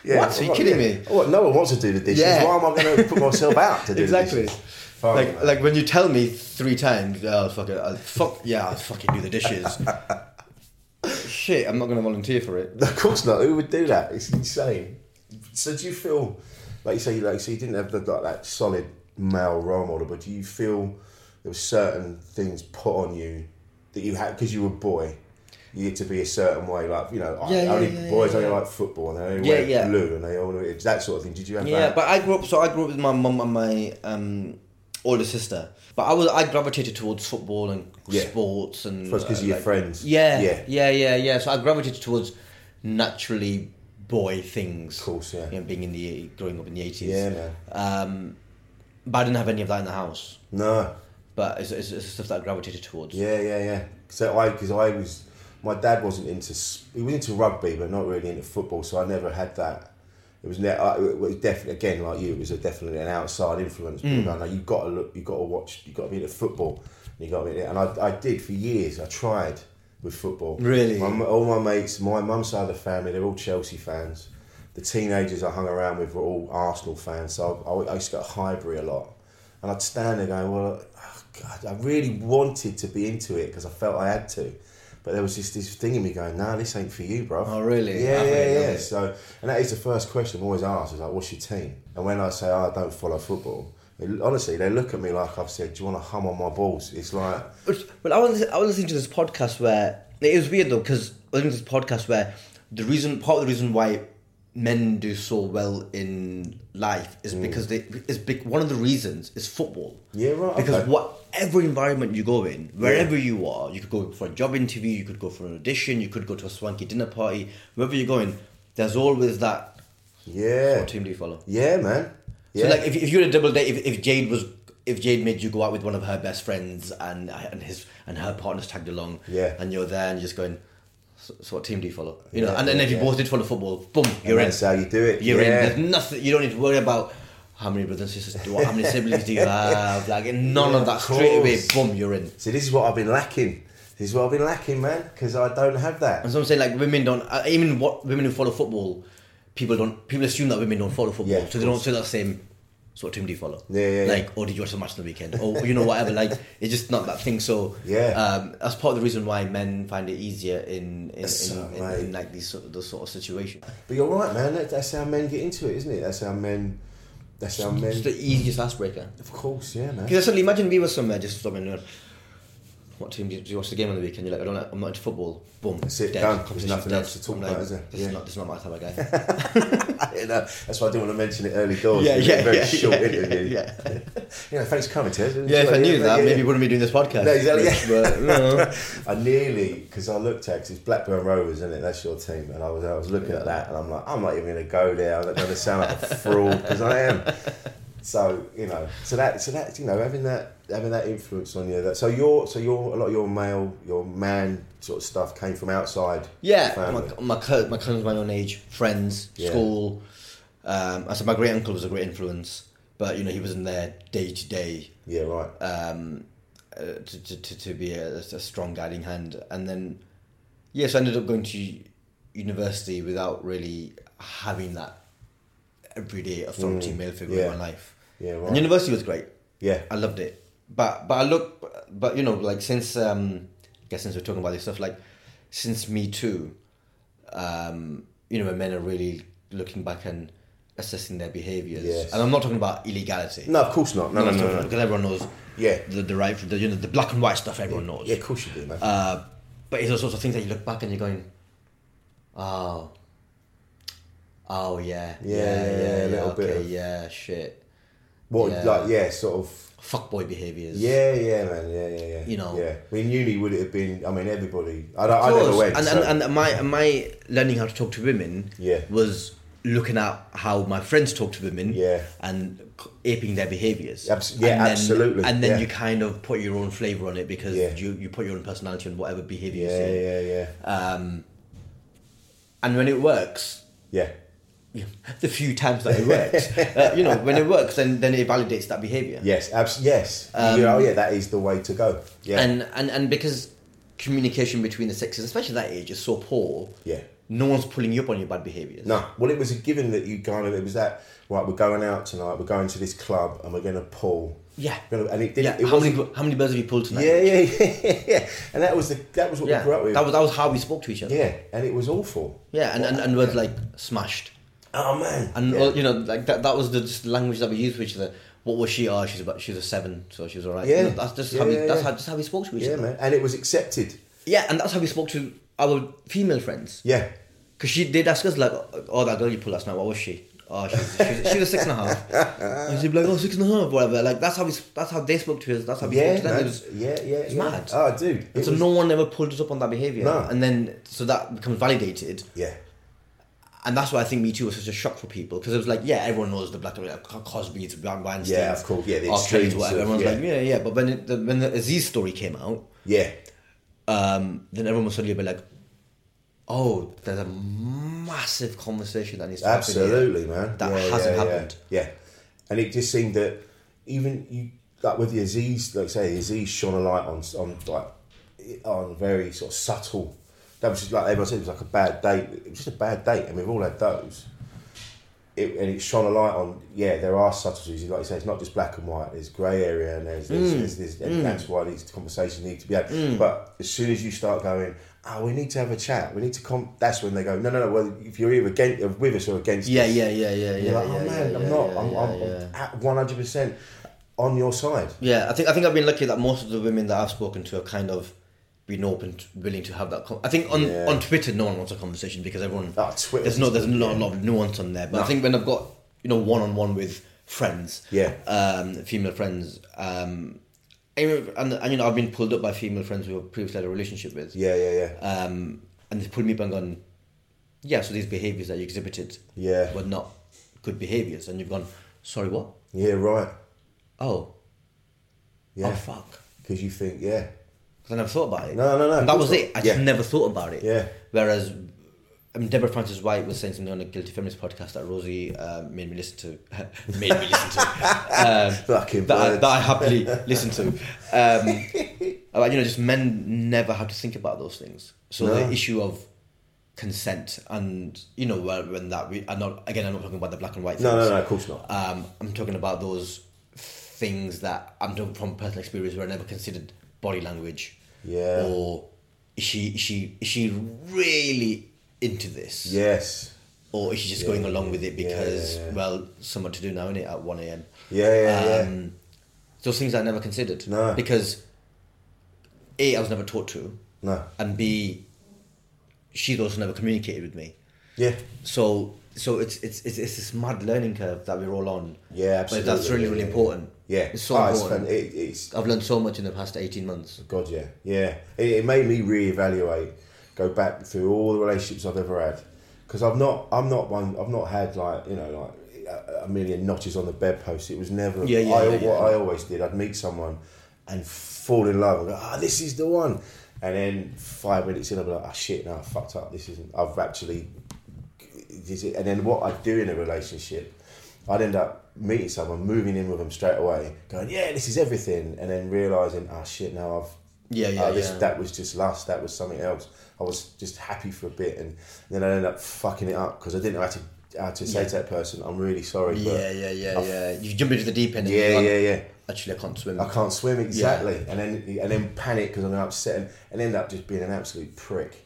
[SPEAKER 1] Yeah,
[SPEAKER 3] what? Are you
[SPEAKER 1] well,
[SPEAKER 3] kidding
[SPEAKER 1] yeah.
[SPEAKER 3] me?
[SPEAKER 1] Oh, What, no one wants to do the dishes.
[SPEAKER 3] Yeah.
[SPEAKER 1] Why am I going to put myself out to do the
[SPEAKER 3] *laughs* Exactly.
[SPEAKER 1] dishes? Fine,
[SPEAKER 3] Like,
[SPEAKER 1] man.
[SPEAKER 3] like when you tell me three times, oh fuck it, I'll fuck yeah, I'll fucking do the dishes. Shit, I'm not gonna volunteer for
[SPEAKER 1] *laughs*
[SPEAKER 3] it.
[SPEAKER 1] Of course not. Who would do that? It's insane. So do you feel like you say like you say you didn't have the, like that solid male role model, but do you feel there were certain things put on you that you had because you were a boy? You had to be a certain way, like you know, I-
[SPEAKER 3] Yeah, yeah,
[SPEAKER 1] only
[SPEAKER 3] yeah,
[SPEAKER 1] boys
[SPEAKER 3] yeah,
[SPEAKER 1] only
[SPEAKER 3] yeah.
[SPEAKER 1] like football and they only
[SPEAKER 3] Yeah,
[SPEAKER 1] wear
[SPEAKER 3] yeah.
[SPEAKER 1] blue and they all it's that sort of thing. Did you have
[SPEAKER 3] Yeah,
[SPEAKER 1] that?
[SPEAKER 3] but I grew up. So I grew up with my mum and my um, older sister. But I was I gravitated towards football and
[SPEAKER 1] Yeah.
[SPEAKER 3] sports and
[SPEAKER 1] Suppose 'cause of your friends.
[SPEAKER 3] Yeah,
[SPEAKER 1] Yeah.
[SPEAKER 3] yeah, yeah, yeah, yeah. So I gravitated towards naturally boy things. Of
[SPEAKER 1] course, yeah.
[SPEAKER 3] You know, being in the growing up in the eighties.
[SPEAKER 1] yeah, man.
[SPEAKER 3] Um, but I didn't have any of that in the house.
[SPEAKER 1] No,
[SPEAKER 3] But it's, it's, it's the stuff that I gravitated towards.
[SPEAKER 1] Yeah, yeah, yeah. So I, because I was, my dad wasn't into, s- he was into rugby, but not really into football. So I never had that. It was, ne- I, it was definitely again like you. It was a, definitely an outside influence. People going, no, you got to look, you got to watch, you got to be into football. And you got to be, and I, I did for years. I tried with football.
[SPEAKER 3] Really?
[SPEAKER 1] My, m- all my mates, my mum's side of the family, they're all Chelsea fans. The teenagers I hung around with were all Arsenal fans. So I, I used to go to Highbury a lot. And I'd stand there going, well, oh God, I really wanted to be into it because I felt I had to. But there was just this thing in me going, nah, this ain't for you, bro.
[SPEAKER 3] Oh, really?
[SPEAKER 1] Yeah,
[SPEAKER 3] I
[SPEAKER 1] yeah,
[SPEAKER 3] really love
[SPEAKER 1] yeah.
[SPEAKER 3] it.
[SPEAKER 1] So, and that is the first question I'm always asked is like, what's your team? And when I say, oh, I don't follow football, they, honestly, they look at me like I've said, do you want to hum on my balls? It's like,
[SPEAKER 3] But, but I was I was listening to this podcast where it was weird though because I was listening to this podcast where the reason part of the reason why men do so well in life is because they is big one of the reasons is football.
[SPEAKER 1] Mm. Yeah, right,
[SPEAKER 3] Because
[SPEAKER 1] okay.
[SPEAKER 3] whatever environment you go in, wherever you are, you could go for a job interview, you could go for an audition, you could go to a swanky dinner party, wherever you're going. There's always that
[SPEAKER 1] yeah.
[SPEAKER 3] what team do you follow.
[SPEAKER 1] Yeah, man. Yeah.
[SPEAKER 3] So like if, if you had a double date, if, if Jade was if Jade made you go out with one of her best friends and and his and her partner's tagged along,
[SPEAKER 1] Yeah.
[SPEAKER 3] and you're there and you're just going, so, so what team do you follow? You know,
[SPEAKER 1] Yeah,
[SPEAKER 3] and then
[SPEAKER 1] yeah,
[SPEAKER 3] if you
[SPEAKER 1] yeah.
[SPEAKER 3] both did follow football, boom, you're in.
[SPEAKER 1] that's how you do it,
[SPEAKER 3] You're
[SPEAKER 1] yeah.
[SPEAKER 3] in. There's nothing. You don't need to worry about. How many brothers and sisters do you How many
[SPEAKER 1] *laughs*
[SPEAKER 3] siblings do you have? Like none
[SPEAKER 1] Yeah,
[SPEAKER 3] of that.
[SPEAKER 1] of
[SPEAKER 3] Straight away,
[SPEAKER 1] course.
[SPEAKER 3] boom, you're in.
[SPEAKER 1] See, this is what I've been lacking. This is what I've been lacking, man, because I don't have that.
[SPEAKER 3] And so I'm saying, like women don't. Uh, even what women who follow football, people don't. People assume that women don't follow football,
[SPEAKER 1] Yeah, of
[SPEAKER 3] so they don't say that same. So what team do you follow?
[SPEAKER 1] Yeah, yeah, yeah.
[SPEAKER 3] Like, or did you watch the match on the weekend? Or you know, whatever. like, it's just not that thing. So
[SPEAKER 1] Yeah.
[SPEAKER 3] um, that's part of the reason why men find it easier in in, in,
[SPEAKER 1] So,
[SPEAKER 3] in,
[SPEAKER 1] right.
[SPEAKER 3] in, like these sort of, those sort of situations.
[SPEAKER 1] But you're right, man. That, that's how men get into it, isn't it? That's how men. That's how men.
[SPEAKER 3] It's the easiest icebreaker.
[SPEAKER 1] Of course, yeah, man. *laughs*
[SPEAKER 3] Because suddenly, imagine we were somewhere just somewhere. you know, What team do you, do you watch the game on the weekend? You're like, I don't. Like, I'm not into football. Boom.
[SPEAKER 1] That's it,
[SPEAKER 3] Dead.
[SPEAKER 1] done. There's
[SPEAKER 3] Competition's
[SPEAKER 1] nothing
[SPEAKER 3] dead.
[SPEAKER 1] else to talk
[SPEAKER 3] I'm
[SPEAKER 1] about, is there?
[SPEAKER 3] This
[SPEAKER 1] Yeah.
[SPEAKER 3] is not. This is not my
[SPEAKER 1] *laughs*
[SPEAKER 3] type of guy.
[SPEAKER 1] You know, that's why I didn't want to mention it early doors.
[SPEAKER 3] Yeah,
[SPEAKER 1] It was a
[SPEAKER 3] yeah,
[SPEAKER 1] Very
[SPEAKER 3] yeah,
[SPEAKER 1] short
[SPEAKER 3] yeah,
[SPEAKER 1] interview.
[SPEAKER 3] yeah,
[SPEAKER 1] *laughs* You know, thanks for coming, Ted.
[SPEAKER 3] Yeah, if I knew that,
[SPEAKER 1] yeah,
[SPEAKER 3] maybe
[SPEAKER 1] yeah.
[SPEAKER 3] we wouldn't be doing this podcast.
[SPEAKER 1] No, exactly, yeah.
[SPEAKER 3] But, you know.
[SPEAKER 1] *laughs* I nearly because I looked at because it's Blackburn Rovers, isn't it? That's your team, and I was I was looking at that, and I'm like, I'm not even going to go there. I'm not going to sound like a fraud because I
[SPEAKER 3] *laughs*
[SPEAKER 1] am. So you know, so that so that you know having that having that influence on you. That so your so your a lot of your male your man sort of stuff came from outside.
[SPEAKER 3] Yeah, Oh
[SPEAKER 1] family.
[SPEAKER 3] my my, cou- my cousins my own age, friends,
[SPEAKER 1] Yeah.
[SPEAKER 3] school. Um, I said my great uncle was a great influence, but you know he wasn't there day to day
[SPEAKER 1] yeah, right.
[SPEAKER 3] uh, to to to to be a, a strong guiding hand. And then, yes, I ended up going to university without really having that everyday authority male figure
[SPEAKER 1] Mm. yeah.
[SPEAKER 3] in my life.
[SPEAKER 1] Yeah, right.
[SPEAKER 3] And university was great.
[SPEAKER 1] Yeah.
[SPEAKER 3] I loved it. But but I look, but you know, like since um, I guess since we're talking about this stuff, like since Me Too, um, you know, when men are really looking back and assessing their behaviors,
[SPEAKER 1] Yes.
[SPEAKER 3] and I'm not talking about illegality.
[SPEAKER 1] no, of course not. No, no,
[SPEAKER 3] I'm
[SPEAKER 1] no,
[SPEAKER 3] talking-
[SPEAKER 1] no.
[SPEAKER 3] because everyone knows.
[SPEAKER 1] Yeah.
[SPEAKER 3] The, the right, the, you know, the black and white stuff everyone knows.
[SPEAKER 1] Yeah, of course you do, man.
[SPEAKER 3] Uh, but it's those sorts of things that you look back and you're going, oh, oh yeah,
[SPEAKER 1] Yeah, yeah, a little bit
[SPEAKER 3] okay,
[SPEAKER 1] of-
[SPEAKER 3] yeah, shit,
[SPEAKER 1] what
[SPEAKER 3] yeah.
[SPEAKER 1] like yeah, sort of.
[SPEAKER 3] fuckboy behaviors.
[SPEAKER 1] Yeah, yeah, man. Yeah, yeah, yeah.
[SPEAKER 3] You know.
[SPEAKER 1] Yeah. I mean, uni would it have been? I mean, everybody. I, don't- I
[SPEAKER 3] Of
[SPEAKER 1] never
[SPEAKER 3] course.
[SPEAKER 1] went.
[SPEAKER 3] And,
[SPEAKER 1] so-
[SPEAKER 3] and, and my my learning how to talk to women
[SPEAKER 1] Yeah.
[SPEAKER 3] was looking at how my friends talk to women
[SPEAKER 1] Yeah.
[SPEAKER 3] and c- aping their behaviors.
[SPEAKER 1] Abs- yeah,
[SPEAKER 3] and then,
[SPEAKER 1] absolutely,
[SPEAKER 3] And then
[SPEAKER 1] yeah.
[SPEAKER 3] you kind of put your own flavor on it because
[SPEAKER 1] Yeah.
[SPEAKER 3] you, you put your own personality on whatever behavior you
[SPEAKER 1] Yeah,
[SPEAKER 3] see.
[SPEAKER 1] yeah, yeah.
[SPEAKER 3] And when it works,
[SPEAKER 1] yeah.
[SPEAKER 3] the few times that
[SPEAKER 1] *laughs*
[SPEAKER 3] it works, uh, you know, when it works, then, then it validates that behavior.
[SPEAKER 1] Yes, abs- yes. yeah, oh, yeah, that is the way to go. Yeah.
[SPEAKER 3] Um, And, and, and because communication between the sexes, especially that age, is so poor,
[SPEAKER 1] Yeah.
[SPEAKER 3] no one's pulling you up on your bad behaviors.
[SPEAKER 1] No. Well, it was a given that you kind of it was that right. We're going out tonight. We're going to this club, and we're going to pull.
[SPEAKER 3] Yeah.
[SPEAKER 1] We're gonna- and it didn't.
[SPEAKER 3] Yeah,
[SPEAKER 1] It
[SPEAKER 3] how
[SPEAKER 1] wasn't-
[SPEAKER 3] many how many birds have you pulled tonight?
[SPEAKER 1] Yeah, yeah, *laughs* yeah, yeah. And that was the that was what
[SPEAKER 3] yeah.
[SPEAKER 1] we grew up with.
[SPEAKER 3] That was that was how we spoke to each other.
[SPEAKER 1] yeah, and it was awful.
[SPEAKER 3] yeah, and, and, and words like smashed,
[SPEAKER 1] Oh man.
[SPEAKER 3] and
[SPEAKER 1] yeah.
[SPEAKER 3] well, you know, like that that was the just language that we used, which is that what was she? Oh, she's about she's a seven, so she was alright. You
[SPEAKER 1] Yeah.
[SPEAKER 3] know, that's just
[SPEAKER 1] Yeah,
[SPEAKER 3] how we
[SPEAKER 1] yeah,
[SPEAKER 3] that's
[SPEAKER 1] yeah.
[SPEAKER 3] how just how we spoke to each
[SPEAKER 1] yeah,
[SPEAKER 3] other.
[SPEAKER 1] man. And it was accepted.
[SPEAKER 3] Yeah, and that's how we spoke to our female friends.
[SPEAKER 1] Yeah.
[SPEAKER 3] Because she did ask us, like, oh, that girl you pulled last night, what was she? Oh, she's, she's, she's a six and a
[SPEAKER 1] *laughs*
[SPEAKER 3] half. And she'd be like, oh, six and a half, whatever. Like, that's how we, that's how they spoke to us. That's how we
[SPEAKER 1] Yeah,
[SPEAKER 3] spoke to them.
[SPEAKER 1] man.
[SPEAKER 3] It was,
[SPEAKER 1] yeah, yeah.
[SPEAKER 3] It's
[SPEAKER 1] yeah.
[SPEAKER 3] mad.
[SPEAKER 1] Oh, dude. It
[SPEAKER 3] and so
[SPEAKER 1] was-
[SPEAKER 3] no one ever pulled us up on that behaviour.
[SPEAKER 1] No.
[SPEAKER 3] And then, so that becomes validated.
[SPEAKER 1] Yeah.
[SPEAKER 3] And that's why I think Me Too was such a shock for people. Because it was like, yeah, everyone knows the black, like, Co- Cosby's, Brian Weinstein's.
[SPEAKER 1] Yeah, of course. Yeah, the
[SPEAKER 3] R. Kelly's,
[SPEAKER 1] extremes
[SPEAKER 3] whatever.
[SPEAKER 1] of-
[SPEAKER 3] Everyone's
[SPEAKER 1] yeah.
[SPEAKER 3] like, yeah, yeah. But when, it, the, when the Aziz story came out,
[SPEAKER 1] Yeah.
[SPEAKER 3] um, then everyone was suddenly be like, oh, there's a massive conversation that needs to happen.
[SPEAKER 1] Absolutely,
[SPEAKER 3] here
[SPEAKER 1] man.
[SPEAKER 3] That
[SPEAKER 1] Yeah, yeah,
[SPEAKER 3] hasn't
[SPEAKER 1] yeah.
[SPEAKER 3] happened.
[SPEAKER 1] Yeah. And it just seemed that even you like with the Aziz, like say the Aziz shone a light on on like on very sort of subtle. That was just like everyone said it was like a bad date. It was just a bad date, and we've all had those. It, and it shone a light on yeah there are subtleties like you say it's not just black and white there's grey area and there's, there's,
[SPEAKER 3] Mm.
[SPEAKER 1] there's, there's and that's why these conversations need to be had but as soon as you start going oh we need to have a chat we need to com that's when they go no no no well if you're either against, with us or against
[SPEAKER 3] Yeah,
[SPEAKER 1] us
[SPEAKER 3] yeah, yeah, yeah, yeah.
[SPEAKER 1] you're like,
[SPEAKER 3] yeah,
[SPEAKER 1] oh
[SPEAKER 3] yeah,
[SPEAKER 1] man, I'm
[SPEAKER 3] yeah,
[SPEAKER 1] not.
[SPEAKER 3] yeah,
[SPEAKER 1] I'm,
[SPEAKER 3] yeah,
[SPEAKER 1] I'm,
[SPEAKER 3] yeah.
[SPEAKER 1] I'm at one hundred percent on your side.
[SPEAKER 3] Yeah, I think I think I've been lucky that most of the women that I've spoken to have kind of been open, to, willing to have that. Con- I think on
[SPEAKER 1] Yeah.
[SPEAKER 3] on Twitter, no one wants a conversation because everyone.
[SPEAKER 1] Oh, Twitter
[SPEAKER 3] There's
[SPEAKER 1] is-
[SPEAKER 3] no, there's not a lot of nuance on there. But I think when I've got you know one on one with friends,
[SPEAKER 1] Yeah.
[SPEAKER 3] um, female friends, um, and, and, and, you know I've been pulled up by female friends who I previously had a relationship with,
[SPEAKER 1] Yeah, yeah, yeah.
[SPEAKER 3] um, and they pulled me up and gone, yeah, so these behaviours that you exhibited,
[SPEAKER 1] Yeah.
[SPEAKER 3] were not good behaviours, and you've gone, sorry, what?
[SPEAKER 1] yeah, right.
[SPEAKER 3] Oh, oh
[SPEAKER 1] Yeah,
[SPEAKER 3] fuck.
[SPEAKER 1] because you think, yeah, *laughs*
[SPEAKER 3] I never thought about it.
[SPEAKER 1] No, no, no,
[SPEAKER 3] And
[SPEAKER 1] of
[SPEAKER 3] that
[SPEAKER 1] course
[SPEAKER 3] was it. I
[SPEAKER 1] not.
[SPEAKER 3] just
[SPEAKER 1] Yeah.
[SPEAKER 3] never thought about it.
[SPEAKER 1] Yeah.
[SPEAKER 3] Whereas, I mean, Deborah Francis White was saying something on a Guilty Feminist podcast that Rosie uh, made me listen to. *laughs* made me listen
[SPEAKER 1] *laughs*
[SPEAKER 3] to.
[SPEAKER 1] fucking
[SPEAKER 3] That I,
[SPEAKER 1] birds.
[SPEAKER 3] that I happily listened to. Um,
[SPEAKER 1] *laughs*
[SPEAKER 3] about, you know, just men never have to think about those things. So the issue of consent and, you know, when when that, we, I'm not, again, I'm not talking about the black and white things.
[SPEAKER 1] no, no, no. Of course not.
[SPEAKER 3] Um, I'm talking about those things that I'm talking from personal experience where I never considered body language.
[SPEAKER 1] Yeah.
[SPEAKER 3] Or is she is she is she really into this?
[SPEAKER 1] yes.
[SPEAKER 3] Or is she just going along with it
[SPEAKER 1] yeah, yeah,
[SPEAKER 3] because
[SPEAKER 1] yeah.
[SPEAKER 3] well, somewhat to do now, innit, at one AM.
[SPEAKER 1] Yeah, yeah, yeah.
[SPEAKER 3] Um those things I never considered.
[SPEAKER 1] No.
[SPEAKER 3] Because A, I was never taught to.
[SPEAKER 1] No.
[SPEAKER 3] And B she's also never communicated with me.
[SPEAKER 1] Yeah.
[SPEAKER 3] So so it's it's it's, it's this mad learning curve that we're all on.
[SPEAKER 1] Yeah,
[SPEAKER 3] But
[SPEAKER 1] absolutely.
[SPEAKER 3] that's really
[SPEAKER 1] Yeah,
[SPEAKER 3] really
[SPEAKER 1] yeah.
[SPEAKER 3] important.
[SPEAKER 1] Yeah.
[SPEAKER 3] it's so
[SPEAKER 1] Oh,
[SPEAKER 3] important.
[SPEAKER 1] fan- it, it's
[SPEAKER 3] I've learned so much in the past eighteen months.
[SPEAKER 1] God, yeah, yeah. It, it made me reevaluate, go back through all the relationships I've ever had, because I've not, I'm not one, I've not had like you know like a- a million notches on the bedpost. It was never.
[SPEAKER 3] Yeah, yeah,
[SPEAKER 1] I,
[SPEAKER 3] yeah,
[SPEAKER 1] what
[SPEAKER 3] yeah.
[SPEAKER 1] I always did, I'd meet someone and fall in love and go, ah, this is the one, and then five minutes in, I'm like, ah, shit, no, I fucked up. This isn't. I've actually is it- and then what I'd do in a relationship, I'd end up meeting someone, moving in with them straight away, going, yeah, this is everything, and then realizing, oh shit, now I've
[SPEAKER 3] Yeah, yeah,
[SPEAKER 1] oh, this,
[SPEAKER 3] yeah.
[SPEAKER 1] that was just lust, that was something else. I was just happy for a bit, and then I ended up fucking it up because I didn't know how to how to say to that person, I'm really sorry, but
[SPEAKER 3] Yeah, yeah, yeah, yeah. You jump into the deep end. and
[SPEAKER 1] Yeah,
[SPEAKER 3] you're like,
[SPEAKER 1] yeah, yeah.
[SPEAKER 3] Actually, I can't swim.
[SPEAKER 1] I can't swim exactly, and then and then panic because I'm upset, and, and end up just being an absolute prick.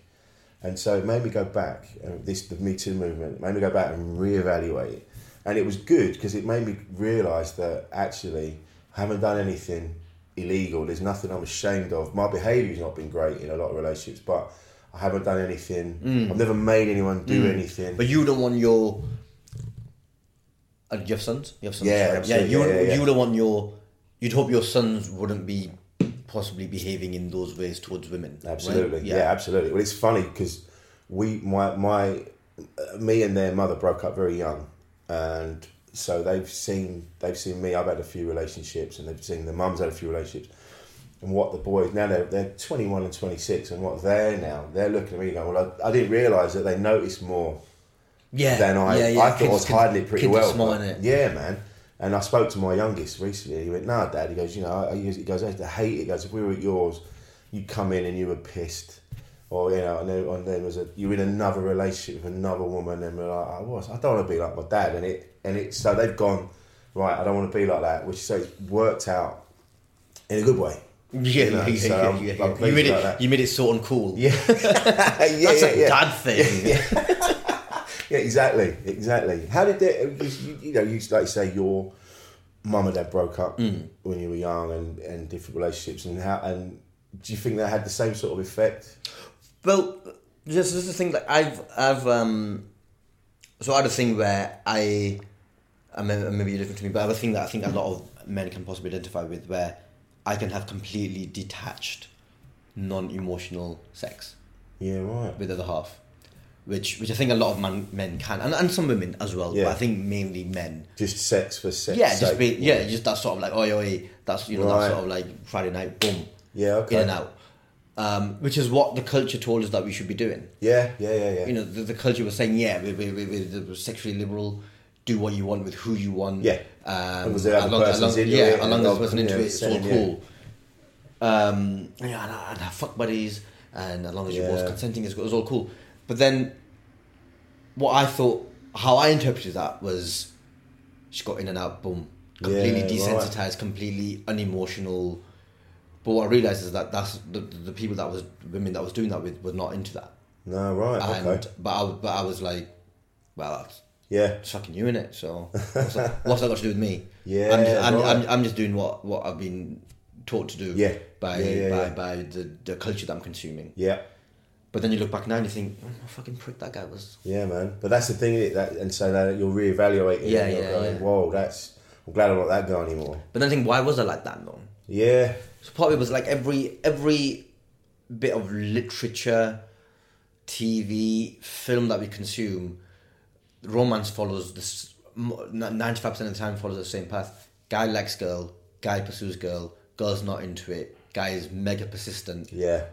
[SPEAKER 1] And so it made me go back. And this the Me Too movement made me go back and reevaluate it, and it was good because it made me realise that actually I haven't done anything illegal. There's nothing I'm ashamed of. My behaviour's not been great in a lot of relationships, but I haven't done anything. I've never made anyone do anything.
[SPEAKER 3] But you don't want your. Uh, do you have sons? You have sons.
[SPEAKER 1] Yeah,
[SPEAKER 3] right?
[SPEAKER 1] absolutely.
[SPEAKER 3] You
[SPEAKER 1] Yeah,
[SPEAKER 3] wouldn't-
[SPEAKER 1] yeah, yeah.
[SPEAKER 3] you don't want your. You'd hope your sons wouldn't be possibly behaving in those ways towards women. right?
[SPEAKER 1] Absolutely, yeah. absolutely. Well, it's funny because we, my, my, uh, me and their mother broke up very young, and so they've seen they've seen me. I've had a few relationships, and they've seen the mum's had a few relationships. And what the boys now they're they're twenty one and twenty six, and what they're now they're looking at me going, well, I, I didn't realise that they noticed more
[SPEAKER 3] Yeah.
[SPEAKER 1] than I.
[SPEAKER 3] Eh, yeah, yeah.
[SPEAKER 1] I thought
[SPEAKER 3] Kids
[SPEAKER 1] I was
[SPEAKER 3] can-
[SPEAKER 1] hiding it pretty
[SPEAKER 3] kids are
[SPEAKER 1] well.
[SPEAKER 3] smart,
[SPEAKER 1] but-
[SPEAKER 3] innit? *laughs*
[SPEAKER 1] Yeah, man. And I spoke to my youngest recently. He went, "Nah, Dad." He goes, "You know," I- he goes, "I used to hate it." He goes, "If we were at yours, you'd come in and you were pissed, or you know, and there, and there was a you were in another relationship with another woman, and we're like, I was. I don't want to be like my dad." And it and it so they've gone right. I don't want to be like that, which so it's worked out in a good way.
[SPEAKER 3] Yeah,
[SPEAKER 1] You know,
[SPEAKER 3] yeah, yeah,
[SPEAKER 1] so
[SPEAKER 3] yeah,
[SPEAKER 1] I'm-
[SPEAKER 3] yeah,
[SPEAKER 1] I'm
[SPEAKER 3] yeah. You
[SPEAKER 1] pleased
[SPEAKER 3] made
[SPEAKER 1] about that.
[SPEAKER 3] it. You made it sort and cool. Yeah,
[SPEAKER 1] *laughs* yeah,
[SPEAKER 3] that's
[SPEAKER 1] yeah,
[SPEAKER 3] a
[SPEAKER 1] yeah.
[SPEAKER 3] dad thing.
[SPEAKER 1] Yeah, exactly, exactly. How did they, you, you know, you like you say your mum and dad broke up
[SPEAKER 3] Mm.
[SPEAKER 1] when you were young and, and different relationships and how and do you think that had the same sort of effect?
[SPEAKER 3] Well, just this is the thing. Like I've I've um, so I had a thing where I, I mean, maybe you're different to me, but I have a thing that I think a lot of men can possibly identify with, where I can have completely detached, non-emotional sex
[SPEAKER 1] Yeah, right.
[SPEAKER 3] with the other half, which which I think a lot of man, men can, and, and some women as well.
[SPEAKER 1] Yeah.
[SPEAKER 3] But I think mainly men.
[SPEAKER 1] Just sex for sex.
[SPEAKER 3] Yeah, just
[SPEAKER 1] sake.
[SPEAKER 3] be yeah, just that sort of like oi oi. That's you know
[SPEAKER 1] Right.
[SPEAKER 3] that sort of like Friday night boom.
[SPEAKER 1] Yeah, okay.
[SPEAKER 3] In and out, um, which is what the culture told us that we should be doing
[SPEAKER 1] Yeah, yeah, yeah, yeah.
[SPEAKER 3] you know, the, the culture was saying, yeah, we, we, we, we, we're sexually liberal, do what you want with who you want.
[SPEAKER 1] Yeah. As
[SPEAKER 3] Um,
[SPEAKER 1] long as the other person's into
[SPEAKER 3] yeah,
[SPEAKER 1] it
[SPEAKER 3] as
[SPEAKER 1] and
[SPEAKER 3] long as
[SPEAKER 1] they'll-
[SPEAKER 3] the person into
[SPEAKER 1] yeah,
[SPEAKER 3] it, it's all
[SPEAKER 1] same, yeah.
[SPEAKER 3] cool. Um, you know, and, and fuck buddies, and as long as you're both
[SPEAKER 1] Yeah.
[SPEAKER 3] consenting, it's, it's all cool. But then, what I thought, how I interpreted that was, she got in and out, boom. Completely
[SPEAKER 1] Yeah, right.
[SPEAKER 3] desensitized, completely unemotional. But what I realized is that that's the, the people that was women that was doing that with were not into that
[SPEAKER 1] no, right,
[SPEAKER 3] and
[SPEAKER 1] okay.
[SPEAKER 3] but I but I was like, well, that's
[SPEAKER 1] Yeah.
[SPEAKER 3] it's fucking you in it. So what's
[SPEAKER 1] *laughs*
[SPEAKER 3] that, what's that got to do with me?
[SPEAKER 1] Yeah,
[SPEAKER 3] I'm just, I'm,
[SPEAKER 1] right.
[SPEAKER 3] I'm, I'm just doing what, what I've been taught to do.
[SPEAKER 1] Yeah.
[SPEAKER 3] by
[SPEAKER 1] Yeah, yeah,
[SPEAKER 3] by
[SPEAKER 1] yeah.
[SPEAKER 3] by the, the culture that I'm consuming.
[SPEAKER 1] Yeah.
[SPEAKER 3] But then you look back now and you think, oh, fucking prick that guy was.
[SPEAKER 1] Yeah, man. But that's the thing, isn't it? that and so that you're reevaluating.
[SPEAKER 3] Yeah,
[SPEAKER 1] and you're
[SPEAKER 3] yeah,
[SPEAKER 1] going,
[SPEAKER 3] yeah.
[SPEAKER 1] Whoa, that's. I'm glad I'm not that guy anymore.
[SPEAKER 3] But then I think, why was I like that though?
[SPEAKER 1] Yeah,
[SPEAKER 3] So part of it was like every every bit of literature, TV, film that we consume, romance follows this. Ninety five percent of the time follows the same path. Guy likes girl. Guy pursues girl. Girl's not into it. Guy is mega persistent.
[SPEAKER 1] yeah,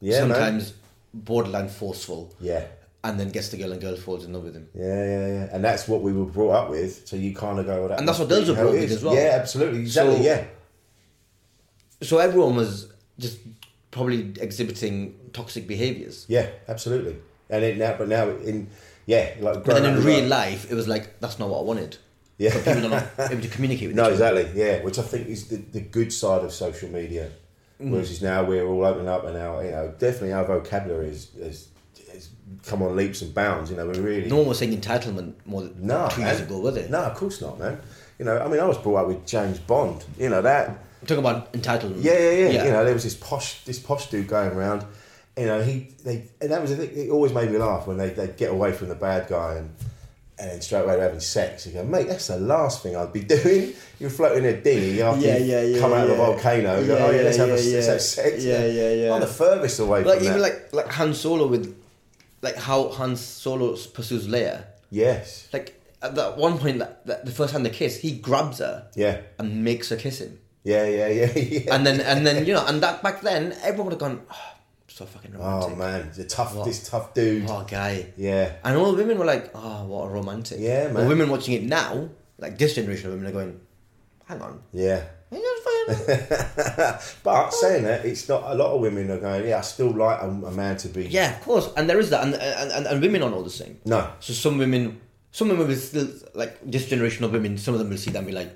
[SPEAKER 1] yeah. man.
[SPEAKER 3] Sometimes borderline forceful.
[SPEAKER 1] Yeah.
[SPEAKER 3] And then gets the girl and girl falls in love with him.
[SPEAKER 1] Yeah, yeah, yeah. And that's what we were brought up with. So you kind of go, well, that
[SPEAKER 3] And that's
[SPEAKER 1] must
[SPEAKER 3] what those
[SPEAKER 1] be
[SPEAKER 3] were
[SPEAKER 1] how
[SPEAKER 3] brought
[SPEAKER 1] it
[SPEAKER 3] with
[SPEAKER 1] is.
[SPEAKER 3] as well.
[SPEAKER 1] Yeah, absolutely. Exactly,
[SPEAKER 3] So-
[SPEAKER 1] yeah.
[SPEAKER 3] So everyone was just probably exhibiting toxic behaviors.
[SPEAKER 1] Yeah, absolutely. And it now, but now in, yeah, like
[SPEAKER 3] But
[SPEAKER 1] growing
[SPEAKER 3] then
[SPEAKER 1] up,
[SPEAKER 3] in real
[SPEAKER 1] like-
[SPEAKER 3] life, it was like that's not what I wanted.
[SPEAKER 1] Yeah.
[SPEAKER 3] But people are
[SPEAKER 1] *laughs*
[SPEAKER 3] not able to communicate with
[SPEAKER 1] No,
[SPEAKER 3] each other.
[SPEAKER 1] exactly. Yeah, which I think is the, the good side of social media,
[SPEAKER 3] Mm.
[SPEAKER 1] which is now we're all opening up and now you know definitely our vocabulary is has, has come on leaps and bounds. You know, we're really
[SPEAKER 3] No one was saying entitlement more than
[SPEAKER 1] no
[SPEAKER 3] two years
[SPEAKER 1] man.
[SPEAKER 3] ago, were they?
[SPEAKER 1] No, of course not, man. You know, I mean, I was brought up with James Bond. You know that.
[SPEAKER 3] Talking about entitlement.
[SPEAKER 1] Yeah, yeah, yeah, You know, there was this posh, this posh dude going around. You know, he they, and that was the thing. It always made me laugh when they they get away from the bad guy and and then straight away they're having sex. You go, mate, that's the last thing I'd be *laughs* doing. You're floating in a dinghy after
[SPEAKER 3] Yeah,
[SPEAKER 1] you've
[SPEAKER 3] yeah, yeah,
[SPEAKER 1] come out of a
[SPEAKER 3] yeah.
[SPEAKER 1] volcano. You go,
[SPEAKER 3] Yeah,
[SPEAKER 1] oh yeah,
[SPEAKER 3] yeah,
[SPEAKER 1] let's, have a,
[SPEAKER 3] yeah,
[SPEAKER 1] let's
[SPEAKER 3] yeah.
[SPEAKER 1] have sex.
[SPEAKER 3] Yeah, yeah, yeah.
[SPEAKER 1] I'm the furthest away
[SPEAKER 3] Like
[SPEAKER 1] from
[SPEAKER 3] even
[SPEAKER 1] that.
[SPEAKER 3] like like Han Solo with like how Han Solo pursues Leia.
[SPEAKER 1] yes,
[SPEAKER 3] Like at that one point, that, that the first time they kiss, he grabs her.
[SPEAKER 1] Yeah.
[SPEAKER 3] And makes her kiss him.
[SPEAKER 1] yeah, yeah, yeah, *laughs* yeah.
[SPEAKER 3] And then and then you know and that back then everyone would have gone, oh, so fucking romantic.
[SPEAKER 1] oh man, the tough,
[SPEAKER 3] What?
[SPEAKER 1] this tough dude.
[SPEAKER 3] Oh, guy.
[SPEAKER 1] Yeah.
[SPEAKER 3] And all the women were like, oh, what a romantic.
[SPEAKER 1] Yeah, man.
[SPEAKER 3] But women watching it now, like this generation of women, are going, hang on.
[SPEAKER 1] Yeah.
[SPEAKER 3] Hang on, fucking-
[SPEAKER 1] But saying that, it's not. A lot of women are going. Yeah, I still like a, a man to be.
[SPEAKER 3] *laughs* yeah, of course. And there is that. And, and, and, and women aren't all the same.
[SPEAKER 1] No.
[SPEAKER 3] So some women, some women will still, like this generation of women, some of them will see that and be like,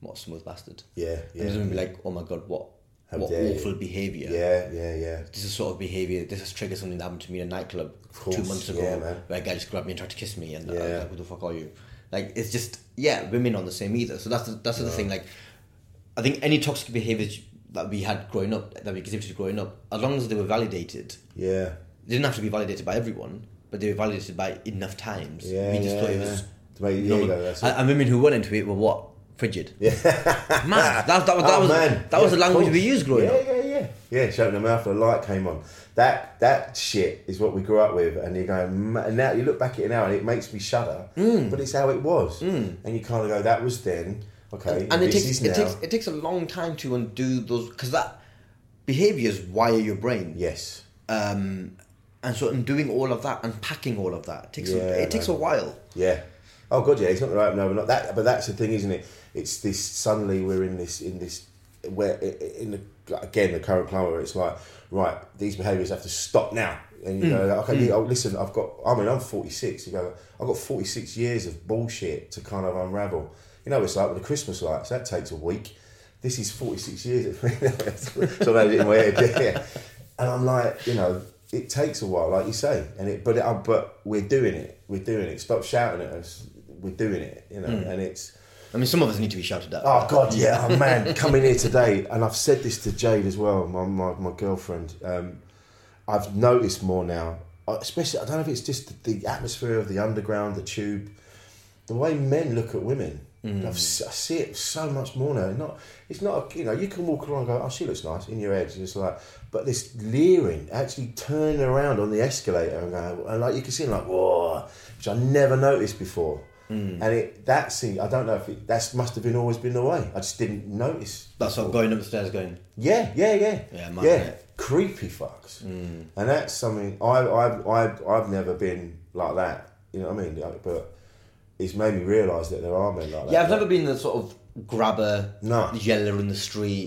[SPEAKER 3] what a smooth bastard.
[SPEAKER 1] Yeah, yeah.
[SPEAKER 3] And some will be like, oh my God, what,
[SPEAKER 1] How
[SPEAKER 3] what
[SPEAKER 1] dare you."
[SPEAKER 3] awful behaviour.
[SPEAKER 1] Yeah, yeah, yeah.
[SPEAKER 3] This is sort of behaviour, this has triggered something that happened to me in a nightclub
[SPEAKER 1] course,
[SPEAKER 3] two months ago
[SPEAKER 1] yeah, man.
[SPEAKER 3] where a guy just grabbed me and tried to kiss me and I
[SPEAKER 1] Yeah.
[SPEAKER 3] was like, who the fuck are you? Like, it's just, yeah, women aren't the same either. So that's the, that's the thing, like, I think any toxic behaviours that we had growing up, that we exhibited growing up, as long as they were validated,
[SPEAKER 1] Yeah,
[SPEAKER 3] they didn't have to be validated by everyone, but they were validated by enough times.
[SPEAKER 1] yeah,
[SPEAKER 3] we just
[SPEAKER 1] yeah,
[SPEAKER 3] thought it
[SPEAKER 1] yeah.
[SPEAKER 3] was
[SPEAKER 1] To make your
[SPEAKER 3] normal.
[SPEAKER 1] ego, that's
[SPEAKER 3] and,
[SPEAKER 1] it.
[SPEAKER 3] and women who weren't into
[SPEAKER 1] *laughs*
[SPEAKER 3] it were what frigid. Yeah, man, that, that was that
[SPEAKER 1] Oh,
[SPEAKER 3] was
[SPEAKER 1] man.
[SPEAKER 3] that was
[SPEAKER 1] Yeah,
[SPEAKER 3] the language
[SPEAKER 1] of
[SPEAKER 3] we
[SPEAKER 1] course.
[SPEAKER 3] used growing
[SPEAKER 1] yeah,
[SPEAKER 3] up.
[SPEAKER 1] Yeah, yeah, yeah, yeah, shouting her mouth, and the light came on. That that shit is what we grew up with, and you're going, "Ma-" and now you look back at it now, and it makes me shudder.
[SPEAKER 3] Mm.
[SPEAKER 1] But it's how it was, and you kind of go, that was then. Okay,
[SPEAKER 3] and it
[SPEAKER 1] this
[SPEAKER 3] takes
[SPEAKER 1] is
[SPEAKER 3] it
[SPEAKER 1] now.
[SPEAKER 3] takes it takes a long time to undo those because that behaviors wire your brain.
[SPEAKER 1] yes,
[SPEAKER 3] Um, and so undoing all of that, unpacking all of that takes
[SPEAKER 1] Yeah,
[SPEAKER 3] a, it takes a
[SPEAKER 1] man.
[SPEAKER 3] while.
[SPEAKER 1] Yeah. Oh god, yeah. It's not the right. No, we're not that. But that's the thing, isn't it? It's this. Suddenly, we're in this. In this. Where i- i- in the again the current climate, where it's like right, these behaviours have to stop now. And you go, okay, yeah, oh, listen, I've got. I mean, I'm 46. You go, I've got 46 years of bullshit to kind of unravel. You know, it's like with the Christmas lights. That takes a week. This is 46 years. of- *laughs* so I had it in my head. Yeah. And I'm like, you know, it takes a while, like you say, and it, but it, uh, but we're doing it. We're doing it. Stop shouting at us. We're doing it. You know, and it's
[SPEAKER 3] I mean, some of us need to be shouted at.
[SPEAKER 1] Hmm. oh god, *laughs* yeah, oh, man, coming here today, and I've said this to Jade as well, my my, my girlfriend. Um, I've noticed more now, uh, especially I don't know if it's just the, the atmosphere of the underground, the tube, the way men look at women. I've, s- I see it so much more now. Not it's not a, you know you can walk along and go oh she looks nice in your head it's like but this leering actually turning around on the escalator and going and like you can see them like whoa which I never noticed before and it that scene I don't know if it that's must have been always been the way I just didn't notice
[SPEAKER 3] That's what going upstairs going.
[SPEAKER 1] yeah, yeah, yeah,
[SPEAKER 3] Yeah, man, yeah.
[SPEAKER 1] Creepy fucks,
[SPEAKER 3] Mm.
[SPEAKER 1] and that's something I, I, I, I've never been like that. You know what I mean? Like, but it's made me realise that there are men like that.
[SPEAKER 3] Yeah, I've never been the sort of grabber,
[SPEAKER 1] No.
[SPEAKER 3] yeller in the street.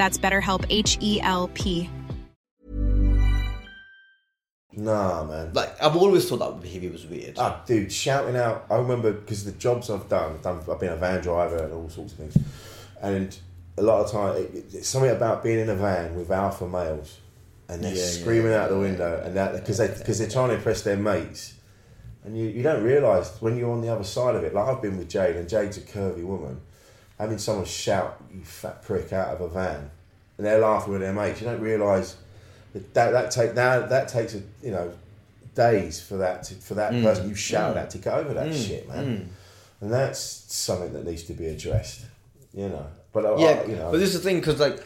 [SPEAKER 4] That's BetterHelp H E L P.
[SPEAKER 1] nah, man.
[SPEAKER 3] Like I've always thought that behaviour was weird.
[SPEAKER 1] Ah, dude, shouting out. I remember because the jobs I've done, I've done, I've been a van driver and all sorts of things, and a lot of time, it, it- it's something about being in a van with alpha males, and they're
[SPEAKER 3] Yeah, yeah,
[SPEAKER 1] screaming out the window, and that because they because they're trying to impress their mates, and you, you don't realise when you're on the other side of it. Like I've been with Jade, and Jade's a curvy woman, having someone shout "you fat prick" out of a van, and they're laughing with their mates. You don't realise that that, that take now that takes a you know days for that to, for
[SPEAKER 3] Mm.
[SPEAKER 1] that person you shout at to get over that shit, man. And that's something that needs to be addressed, you know. But I,
[SPEAKER 3] yeah,
[SPEAKER 1] I, you know,
[SPEAKER 3] but this is the thing because like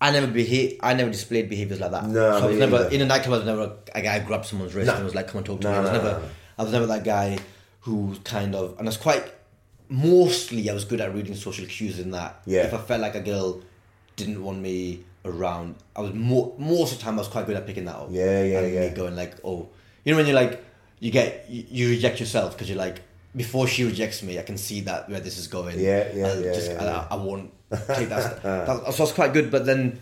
[SPEAKER 3] I never behave, I never displayed behaviours like that.
[SPEAKER 1] No,
[SPEAKER 3] so I was
[SPEAKER 1] me
[SPEAKER 3] never
[SPEAKER 1] either.
[SPEAKER 3] in a nightclub. I was never a guy who grabbed someone's wrist and was like, "Come and talk to
[SPEAKER 1] No,
[SPEAKER 3] me." I was
[SPEAKER 1] no,
[SPEAKER 3] never,
[SPEAKER 1] no, no.
[SPEAKER 3] I was never that guy who kind of, and I was quite. Mostly, I was good at reading social cues in that.
[SPEAKER 1] Yeah.
[SPEAKER 3] If I felt like a girl didn't want me around, I was more most of the time I was quite good at picking that up.
[SPEAKER 1] Yeah, yeah,
[SPEAKER 3] and me
[SPEAKER 1] yeah.
[SPEAKER 3] Going like, oh, you know when you're like, you get you, you reject yourself because you're like, before she rejects me, I can see that where this is going.
[SPEAKER 1] Yeah, yeah,
[SPEAKER 3] I'll
[SPEAKER 1] yeah,
[SPEAKER 3] just-
[SPEAKER 1] yeah,
[SPEAKER 3] I'll-
[SPEAKER 1] yeah.
[SPEAKER 3] I won't take that.
[SPEAKER 1] *laughs*
[SPEAKER 3] stuff. that so it's quite good, but then,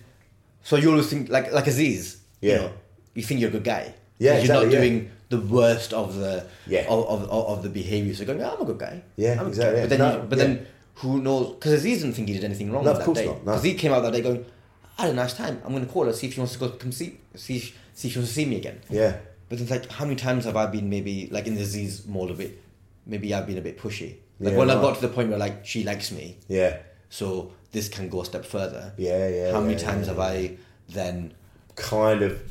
[SPEAKER 3] so you always think like like Aziz,
[SPEAKER 1] Yeah.
[SPEAKER 3] you know, you think you're a good guy.
[SPEAKER 1] Yeah,
[SPEAKER 3] Because you're not
[SPEAKER 1] exactly, yeah.
[SPEAKER 3] doing the worst of the
[SPEAKER 1] Yeah.
[SPEAKER 3] of, of, of, of the behaviors. You're going, "Yeah, I'm a good guy.
[SPEAKER 1] Yeah,
[SPEAKER 3] I'm a good
[SPEAKER 1] exactly,
[SPEAKER 3] guy."
[SPEAKER 1] yeah.
[SPEAKER 3] But then,
[SPEAKER 1] No,
[SPEAKER 3] you, but
[SPEAKER 1] yeah.
[SPEAKER 3] then who knows? Because Aziz didn't think he did anything wrong
[SPEAKER 1] No, of
[SPEAKER 3] that
[SPEAKER 1] course
[SPEAKER 3] day.
[SPEAKER 1] not, no.
[SPEAKER 3] Aziz came out that day going, "I had a nice time. I'm going to call her see if she wants to go come see see if- see if she wants to see me again."
[SPEAKER 1] Yeah.
[SPEAKER 3] But it's like, how many times have I been maybe like in the Aziz mold of it? Maybe I've been a bit pushy. Like
[SPEAKER 1] Yeah,
[SPEAKER 3] when I
[SPEAKER 1] right.
[SPEAKER 3] got to the point where like she likes me,
[SPEAKER 1] Yeah.
[SPEAKER 3] so this can go a step further.
[SPEAKER 1] Yeah, yeah,
[SPEAKER 3] How many
[SPEAKER 1] yeah,
[SPEAKER 3] times
[SPEAKER 1] yeah,
[SPEAKER 3] have I then
[SPEAKER 1] Kind of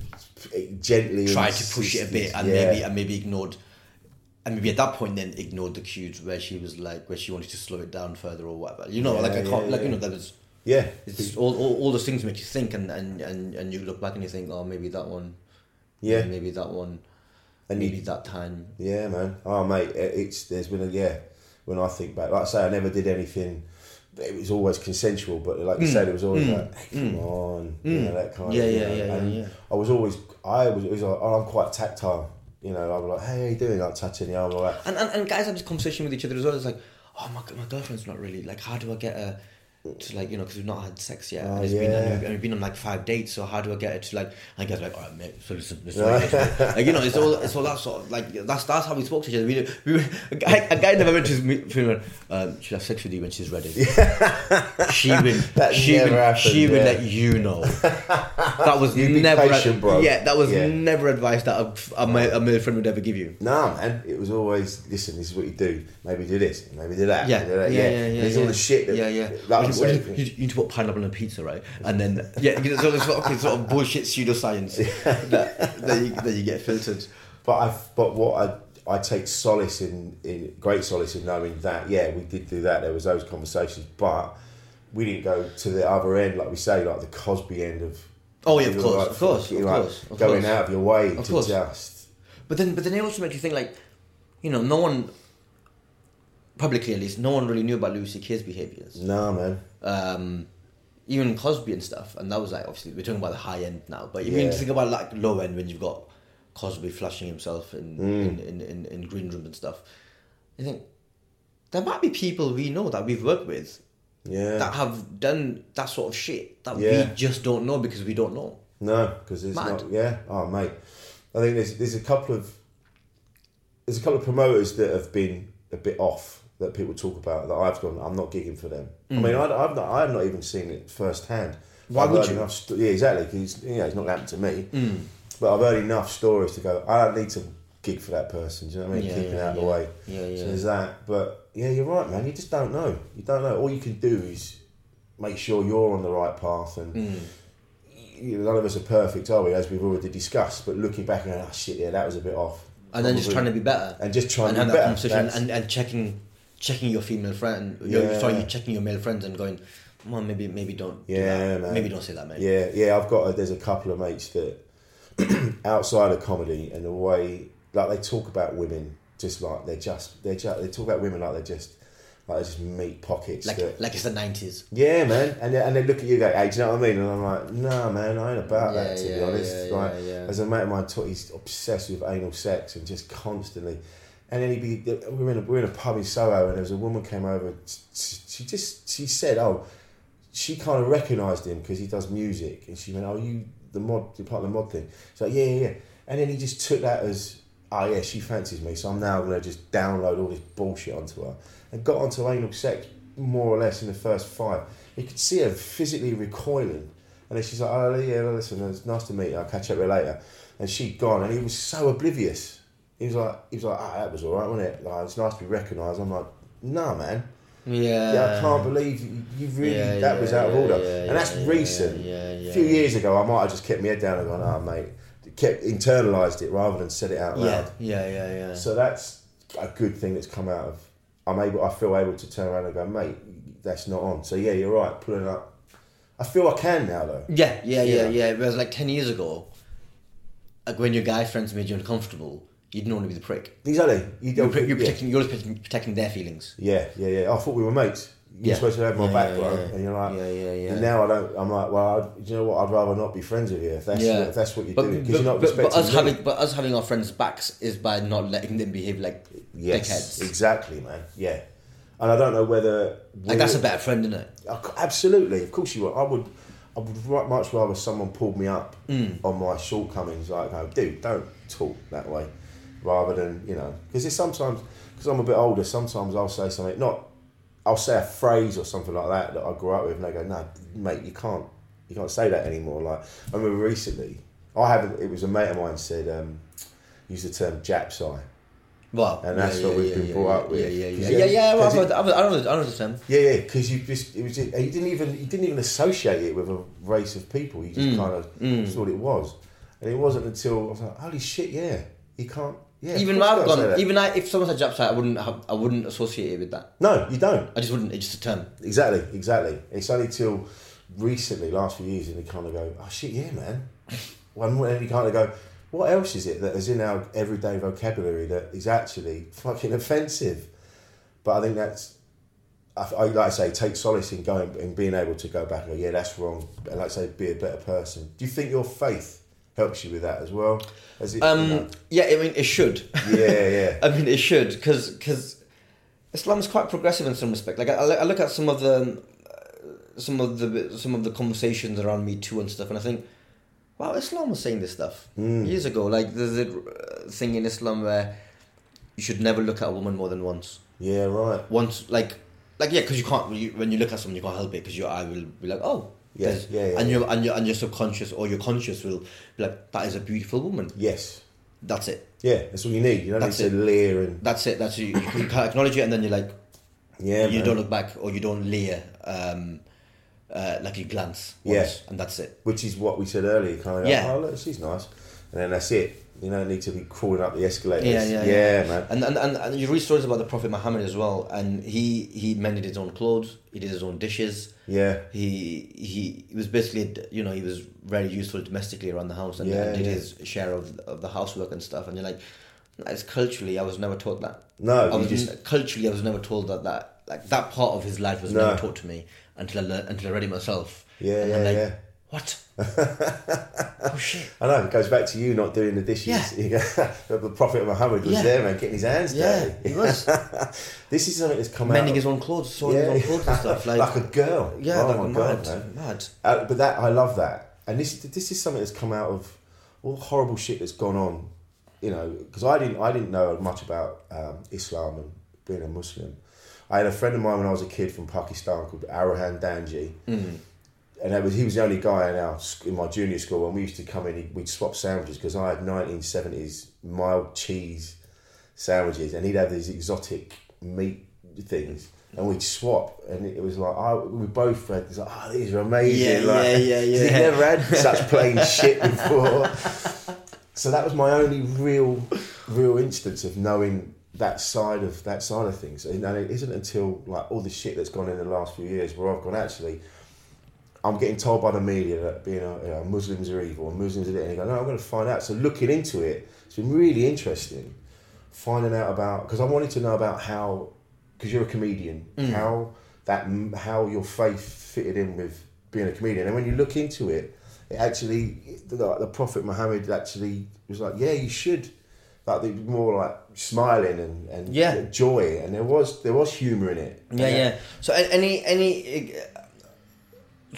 [SPEAKER 1] gently
[SPEAKER 3] tried to push it a bit and
[SPEAKER 1] Yeah.
[SPEAKER 3] maybe um, and maybe ignored and maybe at that point then ignored the cues where she was like where she wanted to slow it down further or whatever. You know, like I
[SPEAKER 1] yeah,
[SPEAKER 3] can't like you
[SPEAKER 1] yeah.
[SPEAKER 3] know that was
[SPEAKER 1] yeah.
[SPEAKER 3] it's all, all all those things make you think and, and, and, and you look back and you think, Oh maybe that one
[SPEAKER 1] Yeah.
[SPEAKER 3] maybe that one
[SPEAKER 1] And you-
[SPEAKER 3] maybe that time.
[SPEAKER 1] Yeah, man. Oh, mate, it- it's there's been a yeah. When I think back, like I say, I never did anything. It was always consensual, but like you
[SPEAKER 3] Hmm.
[SPEAKER 1] said, it was always like, hey, come on, you know that kind
[SPEAKER 3] Yeah,
[SPEAKER 1] of.
[SPEAKER 3] yeah,
[SPEAKER 1] you know,
[SPEAKER 3] yeah, yeah,
[SPEAKER 1] and
[SPEAKER 3] yeah.
[SPEAKER 1] I was always, I was, always like, oh, I'm quite tactile. You know, I'm like, hey, how you doing? I'm touching the arm, all that.
[SPEAKER 3] And, and and guys have this conversation with each other as well. It's like, oh my my girlfriend's not really like. How do I get her to like you know because we've not had sex yet and it's been and
[SPEAKER 1] Ah, yeah.
[SPEAKER 3] we've, and we've been on like five dates. So how do I get her to like? And guys are like, all right, mate. So listen,
[SPEAKER 1] *laughs*
[SPEAKER 3] listen, listen. like you know, it's all it's all that sort of like that's that's how we spoke to each other. We, we a guy a guy never went to his me- friend, um, she'll have sex with you when she's ready. she would
[SPEAKER 1] *laughs* That
[SPEAKER 3] she
[SPEAKER 1] never
[SPEAKER 3] would
[SPEAKER 1] happened,
[SPEAKER 3] she would
[SPEAKER 1] yeah.
[SPEAKER 3] let
[SPEAKER 1] *laughs*
[SPEAKER 3] you know. That was
[SPEAKER 1] be
[SPEAKER 3] never
[SPEAKER 1] patient, bro.
[SPEAKER 3] yeah that was
[SPEAKER 1] Yeah.
[SPEAKER 3] never advice that a, a, male, a male friend would ever give you.
[SPEAKER 1] No, man, it was always, listen, this is what you do. Maybe do this, maybe do that.
[SPEAKER 3] Yeah,
[SPEAKER 1] maybe do that.
[SPEAKER 3] yeah, yeah, yeah.
[SPEAKER 1] There's
[SPEAKER 3] yeah.
[SPEAKER 1] all the shit that,
[SPEAKER 3] yeah, yeah.
[SPEAKER 1] Like
[SPEAKER 3] What
[SPEAKER 1] I'm
[SPEAKER 3] do you, what
[SPEAKER 1] saying,
[SPEAKER 3] do you, you, you need to put pineapple on a pizza, right? And then yeah, you know, so it's sort of, okay, sort of bullshit pseudoscience that that you, that you get filtered.
[SPEAKER 1] But I, but what I, I take solace in, in great solace in knowing that yeah, we did do that. There was those conversations, but we didn't go to the other end, like we say, like the Cosby end of.
[SPEAKER 3] Oh, yeah, of
[SPEAKER 1] you know,
[SPEAKER 3] course, of course,
[SPEAKER 1] you
[SPEAKER 3] of
[SPEAKER 1] know,
[SPEAKER 3] course, of
[SPEAKER 1] going
[SPEAKER 3] course.
[SPEAKER 1] out of your way
[SPEAKER 3] Of
[SPEAKER 1] to
[SPEAKER 3] course.
[SPEAKER 1] just
[SPEAKER 3] But then, but then it also makes you think like, you know, no one publicly at least, no one really knew about Louis C.K.'s behaviors,
[SPEAKER 1] no man.
[SPEAKER 3] um, even Cosby and stuff. And that was like obviously we're talking about the high end now, but you mean
[SPEAKER 1] Yeah.
[SPEAKER 3] think about like low end when you've got Cosby flashing himself in
[SPEAKER 1] Mm.
[SPEAKER 3] in, in, in, in green rooms and stuff. You think there might be people we know that we've worked with
[SPEAKER 1] Yeah.
[SPEAKER 3] that have done that sort of shit that
[SPEAKER 1] Yeah.
[SPEAKER 3] we just don't know because we don't know.
[SPEAKER 1] No, because it's
[SPEAKER 3] Mad.
[SPEAKER 1] not. Yeah. Oh, mate. I think there's there's a couple of there's a couple of promoters that have been a bit off that people talk about that I've gone. I'm not gigging for them. I mean, I, I've not I've not even seen it firsthand.
[SPEAKER 3] Mm. Why
[SPEAKER 1] I've
[SPEAKER 3] would
[SPEAKER 1] heard
[SPEAKER 3] you? Mm.
[SPEAKER 1] Enough sto- yeah, exactly. Because you know, it's not happened to me. But I've heard enough stories to go. I don't need to gig for that person. Do you know what I mean?
[SPEAKER 3] Yeah,
[SPEAKER 1] Keeping
[SPEAKER 3] yeah,
[SPEAKER 1] out of the
[SPEAKER 3] yeah.
[SPEAKER 1] way.
[SPEAKER 3] Yeah, yeah.
[SPEAKER 1] So there's that. But yeah, you're right, man. You just don't know. You don't know. All you can do is make sure you're on the right path and
[SPEAKER 3] Mm.
[SPEAKER 1] you know, none of us are perfect, are we? As we've already discussed. But looking back and going, oh shit, yeah, that was a bit off.
[SPEAKER 3] And then just trying
[SPEAKER 1] Probably.
[SPEAKER 3] to be better.
[SPEAKER 1] And just trying
[SPEAKER 3] and
[SPEAKER 1] to be
[SPEAKER 3] have
[SPEAKER 1] better.
[SPEAKER 3] that conversation
[SPEAKER 1] That's-
[SPEAKER 3] and, and checking checking your female friend your,
[SPEAKER 1] Yeah.
[SPEAKER 3] sorry, checking your male friends and going, Well maybe maybe don't do
[SPEAKER 1] Yeah,
[SPEAKER 3] that.
[SPEAKER 1] man.
[SPEAKER 3] Maybe don't say that mate.
[SPEAKER 1] Yeah, yeah. I've got. A, there's a couple of mates that *clears throat* outside of comedy and the way like they talk about women, just like they're just they're just they talk about women like they're just like they're just meat pockets.
[SPEAKER 3] Like
[SPEAKER 1] that,
[SPEAKER 3] like it's the nineties.
[SPEAKER 1] yeah, man. And they, and they look at you and go, hey, do you know what I mean? And I'm like, nah, man, I ain't about
[SPEAKER 3] Yeah,
[SPEAKER 1] that to be
[SPEAKER 3] yeah,
[SPEAKER 1] honest.
[SPEAKER 3] yeah,
[SPEAKER 1] like,
[SPEAKER 3] yeah, yeah.
[SPEAKER 1] as a mate of mine, taught, he's obsessed with anal sex and just constantly. And then he'd be, we were in a, we were in a pub in Soho and there was a woman came over. She she just, she said, oh, she kind of recognised him because he does music, and she went, "Oh, you the mod, you're part of the mod thing." She's like, "Yeah, yeah, yeah," and then he just took that as, "Oh yeah, she fancies me, so I'm now going to just download all this bullshit onto her," and got onto anal sex more or less in the first five. You could see her physically recoiling, and then she's like, "Oh yeah, well, listen, it's nice to meet you. I'll catch up with you later," and she'd gone, and he was so oblivious. He was like, he was like, "Ah, that was all right, wasn't it? Like, it's nice to be recognised." I'm like, "Nah, man."
[SPEAKER 3] Yeah.
[SPEAKER 1] Yeah, I can't believe you, you really
[SPEAKER 3] Um, Yeah,
[SPEAKER 1] that
[SPEAKER 3] yeah,
[SPEAKER 1] was out of
[SPEAKER 3] yeah,
[SPEAKER 1] order,
[SPEAKER 3] yeah,
[SPEAKER 1] and that's
[SPEAKER 3] yeah,
[SPEAKER 1] recent.
[SPEAKER 3] yeah, yeah,
[SPEAKER 1] a few
[SPEAKER 3] yeah.
[SPEAKER 1] years ago, I might have just kept my head down and gone, "Ah, mate," kept internalised it rather than said it out loud.
[SPEAKER 3] Yeah, yeah, yeah, yeah.
[SPEAKER 1] So that's a good thing that's come out of. I'm able. I feel able to turn around and go, "Mate, that's not on." So yeah, you're right. Pulling up. I feel I can now though.
[SPEAKER 3] Yeah, yeah, yeah,
[SPEAKER 1] Yeah.
[SPEAKER 3] yeah. Whereas like ten years ago, like when your guy friends made you uncomfortable, you didn't want to be the prick.
[SPEAKER 1] Exactly. You
[SPEAKER 3] You're,
[SPEAKER 1] don't.
[SPEAKER 3] pri- you're
[SPEAKER 1] yeah.
[SPEAKER 3] protecting. You're protecting, protecting their feelings.
[SPEAKER 1] Yeah, yeah, yeah. I thought we were mates. You're
[SPEAKER 3] Yeah.
[SPEAKER 1] supposed to have my
[SPEAKER 3] Yeah,
[SPEAKER 1] back,
[SPEAKER 3] yeah,
[SPEAKER 1] bro.
[SPEAKER 3] yeah.
[SPEAKER 1] And you're like,
[SPEAKER 3] Yeah, yeah, yeah.
[SPEAKER 1] And now I don't. I'm like, well, I'd, you know what? I'd rather not be friends with you if that's if that's what you're
[SPEAKER 3] But-
[SPEAKER 1] doing
[SPEAKER 3] but-
[SPEAKER 1] because you're not
[SPEAKER 3] but,
[SPEAKER 1] respecting
[SPEAKER 3] but us
[SPEAKER 1] me.
[SPEAKER 3] having but us having our friends' backs is by not letting them behave like
[SPEAKER 1] yes,
[SPEAKER 3] dickheads.
[SPEAKER 1] exactly, man. Yeah, and I don't know whether
[SPEAKER 3] Like that's a better friend, isn't it?
[SPEAKER 1] I c- Absolutely, of course you would. I would. I would ri- much rather someone pulled me up on my shortcomings, like, "No, dude, don't talk that way," rather than you know, because it's sometimes because I'm a bit older. Sometimes I'll say something not I'll say a phrase or something like that that I grew up with, and they go, "No, mate, you can't, you can't say that anymore." Like I remember recently, I haven't. It was a mate of mine said, um, used the term "japs eye."
[SPEAKER 3] Well,
[SPEAKER 1] And that's
[SPEAKER 3] yeah,
[SPEAKER 1] what
[SPEAKER 3] yeah,
[SPEAKER 1] we've
[SPEAKER 3] yeah,
[SPEAKER 1] been
[SPEAKER 3] yeah,
[SPEAKER 1] brought
[SPEAKER 3] yeah,
[SPEAKER 1] up with.
[SPEAKER 3] Yeah, yeah,
[SPEAKER 1] Because
[SPEAKER 3] yeah, yeah.
[SPEAKER 1] it-
[SPEAKER 3] yeah, well, I've
[SPEAKER 1] because
[SPEAKER 3] heard- I've heard- I don't know- I don't understand.
[SPEAKER 1] Yeah, yeah, because you just it was he didn't even he didn't even associate it with a race of people. You
[SPEAKER 3] Mm,
[SPEAKER 1] just kind of thought it was, and it wasn't until I was like, "Holy shit, yeah, you can't." Yeah, of
[SPEAKER 3] Even
[SPEAKER 1] course
[SPEAKER 3] I've
[SPEAKER 1] you can't say
[SPEAKER 3] gone.
[SPEAKER 1] that."
[SPEAKER 3] Even I, if someone said Japsite, I wouldn't have. I wouldn't associate it with that.
[SPEAKER 1] no, you don't.
[SPEAKER 3] I just wouldn't. It's just a term.
[SPEAKER 1] Exactly, exactly. It's only till recently, last few years, and you kind of go, oh shit, yeah, man. When when you kind of go, what else is it that is in our everyday vocabulary that is actually fucking offensive? But I think that's, I, I like I say, take solace in going and being able to go back and go, yeah, that's wrong, and like I say, be a better person. Do you think your faith helps you with that as well? As it, you
[SPEAKER 3] Um,
[SPEAKER 1] know?
[SPEAKER 3] Yeah, I mean it *laughs* should.
[SPEAKER 1] yeah, yeah.
[SPEAKER 3] I mean, it should because Islam is quite progressive in some respect. Like I, I look- I look at some of the um, uh, some of the some of the conversations around Me Too and stuff, and I think, wow, Islam was saying this stuff
[SPEAKER 1] Hmm.
[SPEAKER 3] years ago. Like there's a uh, thing in Islam where you should never look at a woman more than once.
[SPEAKER 1] yeah, right.
[SPEAKER 3] Once, like, like yeah, because you can't you, when you look at someone, you can't help it because your eye will be like, oh.
[SPEAKER 1] Yeah,
[SPEAKER 3] there's-
[SPEAKER 1] yeah, yeah,
[SPEAKER 3] and
[SPEAKER 1] yeah.
[SPEAKER 3] your and your and your subconscious or your conscious will be like, that is a beautiful woman.
[SPEAKER 1] Yes.
[SPEAKER 3] That's it.
[SPEAKER 1] Yeah, that's all you need. You don't
[SPEAKER 3] That's
[SPEAKER 1] need
[SPEAKER 3] it.
[SPEAKER 1] to leer and.
[SPEAKER 3] That's it. That's you. You can't *coughs* acknowledge it, and then you're like,
[SPEAKER 1] Yeah,
[SPEAKER 3] you
[SPEAKER 1] man.
[SPEAKER 3] don't look back or you don't leer um, uh, like you glance once
[SPEAKER 1] Yes.
[SPEAKER 3] and that's it
[SPEAKER 1] which is what we said earlier. Kind of,
[SPEAKER 3] Yeah.
[SPEAKER 1] oh look, she's nice, and then that's it. You don't need to be crawling up the escalators.
[SPEAKER 3] yeah yeah
[SPEAKER 1] man.
[SPEAKER 3] and, and and and you read stories about the prophet muhammad as well and he he mended his own clothes he did his own dishes
[SPEAKER 1] Yeah.
[SPEAKER 3] he he, he was basically you know he was very useful domestically around the house and,
[SPEAKER 1] Yeah,
[SPEAKER 3] and did
[SPEAKER 1] yeah.
[SPEAKER 3] his share of, of the housework and stuff and you're like it's culturally i was never taught that
[SPEAKER 1] No,
[SPEAKER 3] I
[SPEAKER 1] you
[SPEAKER 3] was
[SPEAKER 1] just-
[SPEAKER 3] n- culturally i was never told that that like that part of his life was
[SPEAKER 1] No.
[SPEAKER 3] never taught to me until i learned until i read it myself
[SPEAKER 1] Yeah,
[SPEAKER 3] and
[SPEAKER 1] yeah,
[SPEAKER 3] I'm like,
[SPEAKER 1] yeah.
[SPEAKER 3] what
[SPEAKER 1] I know it goes back to you not doing the *laughs* dishes. the Prophet Muhammad was
[SPEAKER 3] Yeah.
[SPEAKER 1] there, man, getting his hands
[SPEAKER 3] Yeah,
[SPEAKER 1] dirty.
[SPEAKER 3] he *laughs* was
[SPEAKER 1] *laughs* This is something that's come
[SPEAKER 3] mending
[SPEAKER 1] out
[SPEAKER 3] his own clothes, sewing
[SPEAKER 1] yeah.
[SPEAKER 3] his own clothes and
[SPEAKER 1] *laughs*
[SPEAKER 3] *laughs* stuff. Like,
[SPEAKER 1] a girl.
[SPEAKER 3] yeah,
[SPEAKER 1] oh
[SPEAKER 3] like
[SPEAKER 1] my
[SPEAKER 3] mad,
[SPEAKER 1] god, man.
[SPEAKER 3] mad.
[SPEAKER 1] Uh, but that I love that, and this this is something that's come out of all the horrible shit that's gone on. You know, because I didn't I didn't know much about um, Islam and being a Muslim. I had a friend of mine when I was a kid from Pakistan called Arahan Danji, and that was he was the only guy in our sc- in my junior school. And we used to come in, he- we'd swap sandwiches because I had nineteen seventies mild cheese sandwiches, and he'd have these exotic meat things, and we'd swap, and it was like I we both had it's like, oh, these are amazing,
[SPEAKER 3] Yeah,
[SPEAKER 1] like,
[SPEAKER 3] yeah, yeah, yeah.
[SPEAKER 1] he never had such plain *laughs* shit before. So that was my only real, real instance of knowing that side of that side of things, and it isn't until like all the shit that's gone in the last few years where I've gone actually. I'm getting told by the media that being a, you know, Muslims are evil, Muslims are this, and you go, no, I'm going to find out. So looking into it, it's been really interesting finding out about because I wanted to know about how because you're a comedian
[SPEAKER 3] Mm.
[SPEAKER 1] how that m- how your faith fitted in with being a comedian, and when you look into it, it actually the, like, the Prophet Muhammad actually was like, yeah, you should like the more like smiling and and
[SPEAKER 3] Yeah.
[SPEAKER 1] joy, and there was there was humor in it.
[SPEAKER 3] Yeah, yeah. So a- any any uh,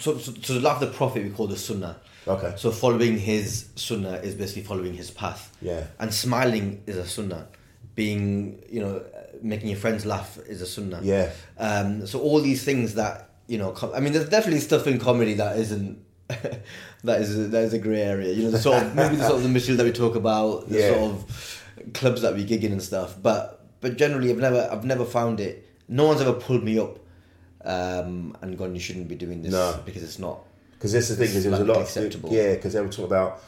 [SPEAKER 3] so so, so the love of the prophet we call the sunnah.
[SPEAKER 1] Okay.
[SPEAKER 3] So following his sunnah is basically following his path.
[SPEAKER 1] Yeah.
[SPEAKER 3] And smiling is a sunnah. Being you know uh, making your friends laugh is a sunnah.
[SPEAKER 1] Yeah.
[SPEAKER 3] Um. So all these things that you know, com- I mean, there's definitely stuff in comedy that isn't. *laughs* that is a, that is a grey area, you know. The sort of maybe the sort of the material that we talk about, the
[SPEAKER 1] Yeah.
[SPEAKER 3] sort of clubs that we gig in and stuff. But but generally, I've never I've never found it. No one's ever pulled me up um, and gone. You shouldn't be doing this
[SPEAKER 1] No.
[SPEAKER 3] because it's not.
[SPEAKER 1] Because that's the thing, because there was a
[SPEAKER 3] Like,
[SPEAKER 1] lot of
[SPEAKER 3] acceptable.
[SPEAKER 1] yeah, because they were talking about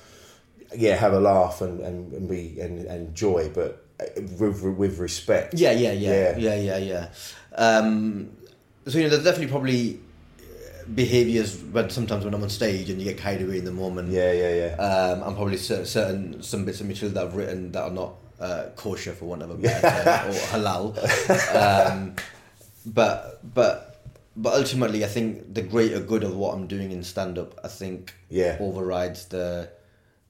[SPEAKER 1] yeah, have a laugh and and, and be and, and joy, but uh, with, with respect.
[SPEAKER 3] Yeah, yeah, yeah,
[SPEAKER 1] yeah,
[SPEAKER 3] yeah, yeah, yeah. Um, so you know, there's definitely probably uh, behaviors when sometimes when I'm on stage and you get carried away in the moment.
[SPEAKER 1] yeah, yeah. yeah.
[SPEAKER 3] Um, and probably cer- certain some bits of material that I've written that are not uh, kosher for want of
[SPEAKER 1] *laughs*
[SPEAKER 3] a better term, or halal. Um, but but but ultimately, I think the greater good of what I'm doing in stand up, I think,
[SPEAKER 1] Yeah.
[SPEAKER 3] overrides the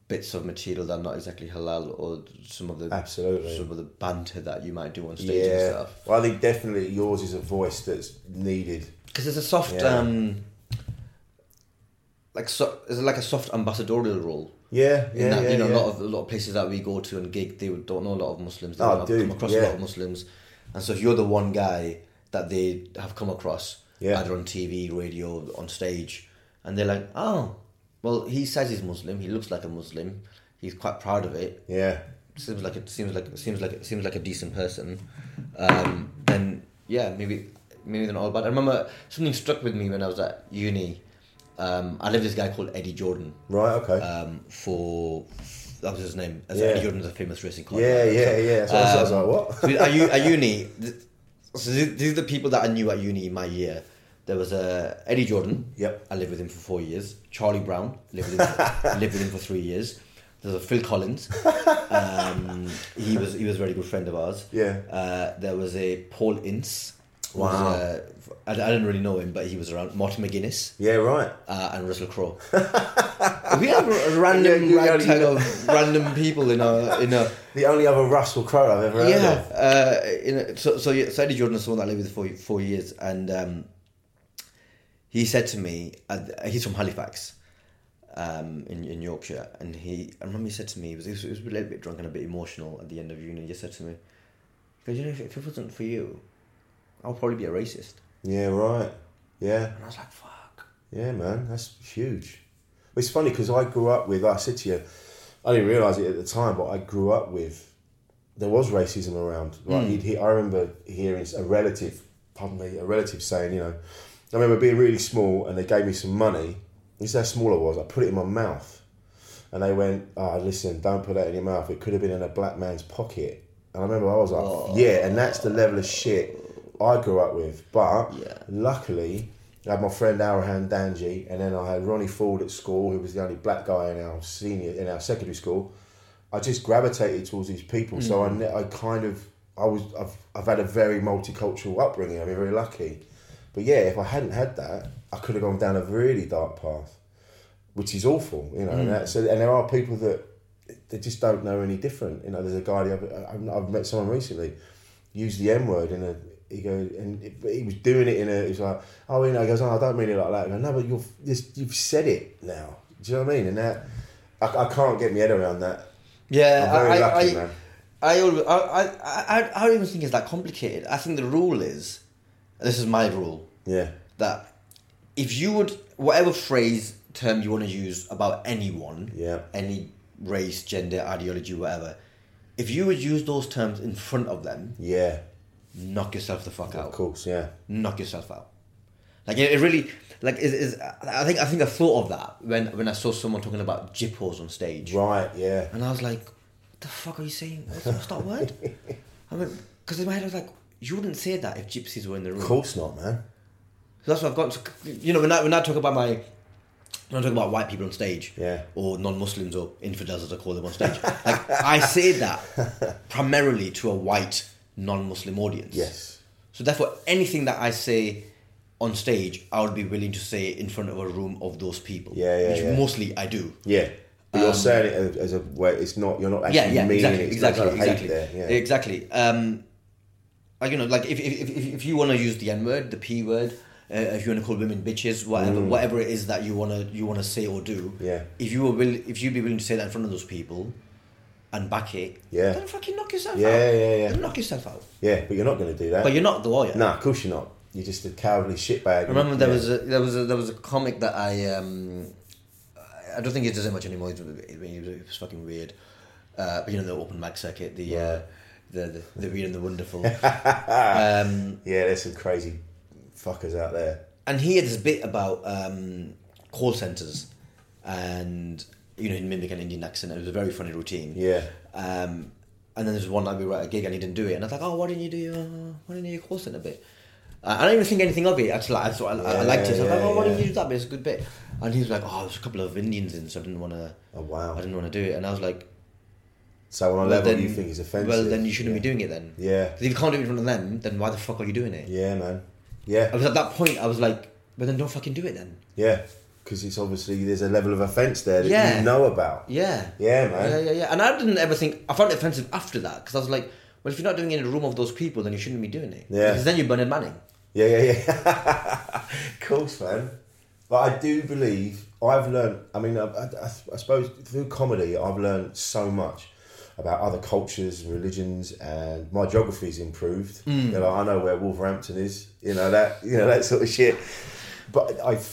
[SPEAKER 3] bits of material that are not exactly halal or some of the
[SPEAKER 1] Absolutely.
[SPEAKER 3] some of the banter that you might do on stage and
[SPEAKER 1] yeah.
[SPEAKER 3] stuff.
[SPEAKER 1] Well, I think definitely yours is a voice that's needed.
[SPEAKER 3] Because there's a soft.
[SPEAKER 1] Yeah.
[SPEAKER 3] Um, like so, it's like a soft ambassadorial role.
[SPEAKER 1] Yeah, yeah,
[SPEAKER 3] in that,
[SPEAKER 1] yeah,
[SPEAKER 3] you know,
[SPEAKER 1] yeah.
[SPEAKER 3] a lot of a lot of places that we go to and gig, they don't know a lot of Muslims. They
[SPEAKER 1] Oh,
[SPEAKER 3] don't have-
[SPEAKER 1] dude,
[SPEAKER 3] come across
[SPEAKER 1] yeah.
[SPEAKER 3] a lot of Muslims, and so if you're the one guy that they have come across,
[SPEAKER 1] Yeah.
[SPEAKER 3] either on TV, radio, on stage, and they're like, oh, well, he says he's Muslim. He looks like a Muslim. He's quite proud of it.
[SPEAKER 1] Yeah.
[SPEAKER 3] Seems like it seems like seems like seems like a decent person. Um, then yeah, maybe maybe they're not all bad. I remember something struck with me when I was at uni. Um, I lived with this guy called Eddie Jordan
[SPEAKER 1] Right. Okay.
[SPEAKER 3] um, for that was his name. As
[SPEAKER 1] Yeah.
[SPEAKER 3] Eddie Jordan's a famous racing car.
[SPEAKER 1] yeah.
[SPEAKER 3] driver.
[SPEAKER 1] Yeah. Yeah. So I was like, what?
[SPEAKER 3] So at, u-
[SPEAKER 1] *laughs*
[SPEAKER 3] at uni, th- so th- these are the people that I knew at uni in my year. There was uh, Eddie Jordan.
[SPEAKER 1] Yep.
[SPEAKER 3] I lived with him for four years. Charlie Brown lived with
[SPEAKER 1] *laughs*
[SPEAKER 3] him. For, lived with him for three years. There's a Phil Collins. Um, he was he was a very good friend of ours.
[SPEAKER 1] Yeah.
[SPEAKER 3] Uh, there was a Paul Ince. who was,
[SPEAKER 1] Wow.
[SPEAKER 3] uh, I, I didn't really know him, but he was around. Martin McGuinness
[SPEAKER 1] yeah. Right.
[SPEAKER 3] uh, and Russell
[SPEAKER 1] *laughs*
[SPEAKER 3] Crowe. we have a random
[SPEAKER 1] Yeah, you
[SPEAKER 3] ragtag
[SPEAKER 1] know.
[SPEAKER 3] of random people in our in
[SPEAKER 1] *laughs*
[SPEAKER 3] our
[SPEAKER 1] The only other Russell Crowe I've ever heard
[SPEAKER 3] yeah.
[SPEAKER 1] of.
[SPEAKER 3] Uh, in a, so so yeah, so Eddie Jordan is someone that I lived with for four years, and um, he said to me, uh, he's from Halifax, um, in in Yorkshire, and he I remember he said to me he was he was, he was a little bit drunk and a bit emotional at the end of uni. He just said to me, "Because you know if, if it wasn't for you, I'll probably be a racist."
[SPEAKER 1] Yeah. Right. Yeah.
[SPEAKER 3] And I was like, "Fuck."
[SPEAKER 1] Yeah, man, that's huge. It's funny because I grew up with, I said to you, I didn't realise it at the time, but I grew up with, there was racism around. Like you'd hear, I remember hearing a relative, pardon me, a relative saying, you know, I remember being really small and they gave me some money. This is how small I was. I put it in my mouth and they went, oh, listen, don't put that in your mouth. It could have been in a black man's pocket. And I remember I was like, yeah, and that's the level of shit I grew up with. But luckily, I had my friend Arahan Danji, and then I had Ronnie Ford at school, who was the only black guy in our senior in our secondary school. I just gravitated towards these people, so I, ne- I kind of I was I've, I've had a very multicultural upbringing. I've been very lucky, but yeah, if I hadn't had that, I could have gone down a really dark path which is awful, you know. And, that, so, and there are people that they just don't know any different. You know, there's a guy the other, I've, I've met someone recently used the M word in a. He goes and it, but he was doing it in a. He's like, oh, you know, he goes, oh, I don't mean it like that. I go, no, but you've this, you've said it now. Do you know what I mean? And that I, I can't get my head around that.
[SPEAKER 3] Yeah,
[SPEAKER 1] I'm very
[SPEAKER 3] I,
[SPEAKER 1] lucky,
[SPEAKER 3] I,
[SPEAKER 1] man.
[SPEAKER 3] I, always, I, I, I, I don't even think it's that complicated. I think the rule is, and this is my rule,
[SPEAKER 1] Yeah,
[SPEAKER 3] that if you would, whatever phrase, term you want to use about anyone,
[SPEAKER 1] Yeah.
[SPEAKER 3] any race, gender, ideology, whatever, if you would use those terms in front of them,
[SPEAKER 1] yeah,
[SPEAKER 3] knock yourself the fuck out
[SPEAKER 1] of course, yeah,
[SPEAKER 3] knock yourself out. Like it, it really, like is is I think I think I thought of that when when I saw someone talking about jippos on stage,
[SPEAKER 1] right, yeah,
[SPEAKER 3] and I was like, "The fuck are you saying? What's, what's
[SPEAKER 1] *laughs*
[SPEAKER 3] that word?" I mean, because in my head I was like, "You wouldn't say that if gypsies were in the room."
[SPEAKER 1] of course not, man.
[SPEAKER 3] So that's what I've got. To, you know, when I when I talk about my. When I talk about white people on stage,
[SPEAKER 1] Yeah.
[SPEAKER 3] or non-Muslims or infidels as I call them on stage, like I
[SPEAKER 1] *laughs*
[SPEAKER 3] say that primarily to a white non-Muslim audience.
[SPEAKER 1] Yes,
[SPEAKER 3] So therefore, anything that I say on stage, I would be willing to say in front of a room of those people.
[SPEAKER 1] Yeah, yeah,
[SPEAKER 3] Which
[SPEAKER 1] yeah.
[SPEAKER 3] mostly I do.
[SPEAKER 1] yeah. But you're saying it as, as a way. It's not. You're not actually
[SPEAKER 3] Um, Yeah, yeah,
[SPEAKER 1] meaning it.
[SPEAKER 3] exactly,
[SPEAKER 1] There's
[SPEAKER 3] exactly,
[SPEAKER 1] no hate
[SPEAKER 3] exactly,
[SPEAKER 1] there, yeah.
[SPEAKER 3] exactly. Um, like you know, like if if, if, if you want to use the N word, the P word, uh, if you want to call women bitches, whatever, whatever it is that you wanna you wanna say or do.
[SPEAKER 1] Mm. Yeah.
[SPEAKER 3] If you were will, if you'd be willing to say that in front of those people, and back it.
[SPEAKER 1] Yeah.
[SPEAKER 3] Then fucking knock yourself
[SPEAKER 1] Yeah,
[SPEAKER 3] out.
[SPEAKER 1] yeah, yeah.
[SPEAKER 3] Then knock yourself out.
[SPEAKER 1] Yeah, but you're not going to do that.
[SPEAKER 3] But you're not the warrior.
[SPEAKER 1] Nah, of course you're not. You're just a cowardly shitbag.
[SPEAKER 3] I remember there
[SPEAKER 1] Yeah.
[SPEAKER 3] was a, there was a, there was a comic that I um, I don't think he does it much anymore. It was, it was, it was fucking weird. Uh, but you know the open mic circuit, the uh, the the, the weird and
[SPEAKER 1] *laughs*
[SPEAKER 3] the wonderful. um,
[SPEAKER 1] yeah, there's some crazy fuckers out there.
[SPEAKER 3] and he had this bit about um, call centers, and you know he'd mimic an Indian accent. It was a very funny routine.
[SPEAKER 1] Yeah,
[SPEAKER 3] Um, and then there's one night we were at a gig and he didn't do it, and I was like, oh, why didn't you do your why didn't you do your call centre bit? Uh, I don't even think anything of it. I just like I, thought, I, I liked it. So I was like,
[SPEAKER 1] yeah,
[SPEAKER 3] oh, why didn't
[SPEAKER 1] yeah.
[SPEAKER 3] you do that bit? It's a good bit. And he was like, oh, there's a couple of Indians in, so I didn't want to.
[SPEAKER 1] Oh, wow.
[SPEAKER 3] I didn't want to do it, and I was like,
[SPEAKER 1] so on a
[SPEAKER 3] well,
[SPEAKER 1] level
[SPEAKER 3] then
[SPEAKER 1] you think is offensive.
[SPEAKER 3] Well, then you shouldn't
[SPEAKER 1] yeah.
[SPEAKER 3] be doing it then.
[SPEAKER 1] Yeah.
[SPEAKER 3] 'Cause if you can't do it in front of them, then why the fuck are you doing it?
[SPEAKER 1] Yeah, man.
[SPEAKER 3] I
[SPEAKER 1] Yeah,
[SPEAKER 3] was at that point. I was like, but then don't fucking do it then.
[SPEAKER 1] yeah, because it's obviously there's a level of offence there that
[SPEAKER 3] Yeah.
[SPEAKER 1] you know about.
[SPEAKER 3] Yeah.
[SPEAKER 1] Yeah, man.
[SPEAKER 3] Yeah, yeah, yeah. And I didn't ever think I found it offensive after that because I was like, well, if you're not doing it in a room of those people, then you shouldn't be doing it.
[SPEAKER 1] Yeah.
[SPEAKER 3] Because then you're Bernard Manning.
[SPEAKER 1] Yeah, yeah, yeah. *laughs* of course, man. But I do believe I've learned. I mean, I, I, I suppose through comedy, I've learned so much. about other cultures, religions, and my geography's improved. You know, I know where Wolverhampton is. You know that. You know that sort of shit. But I've,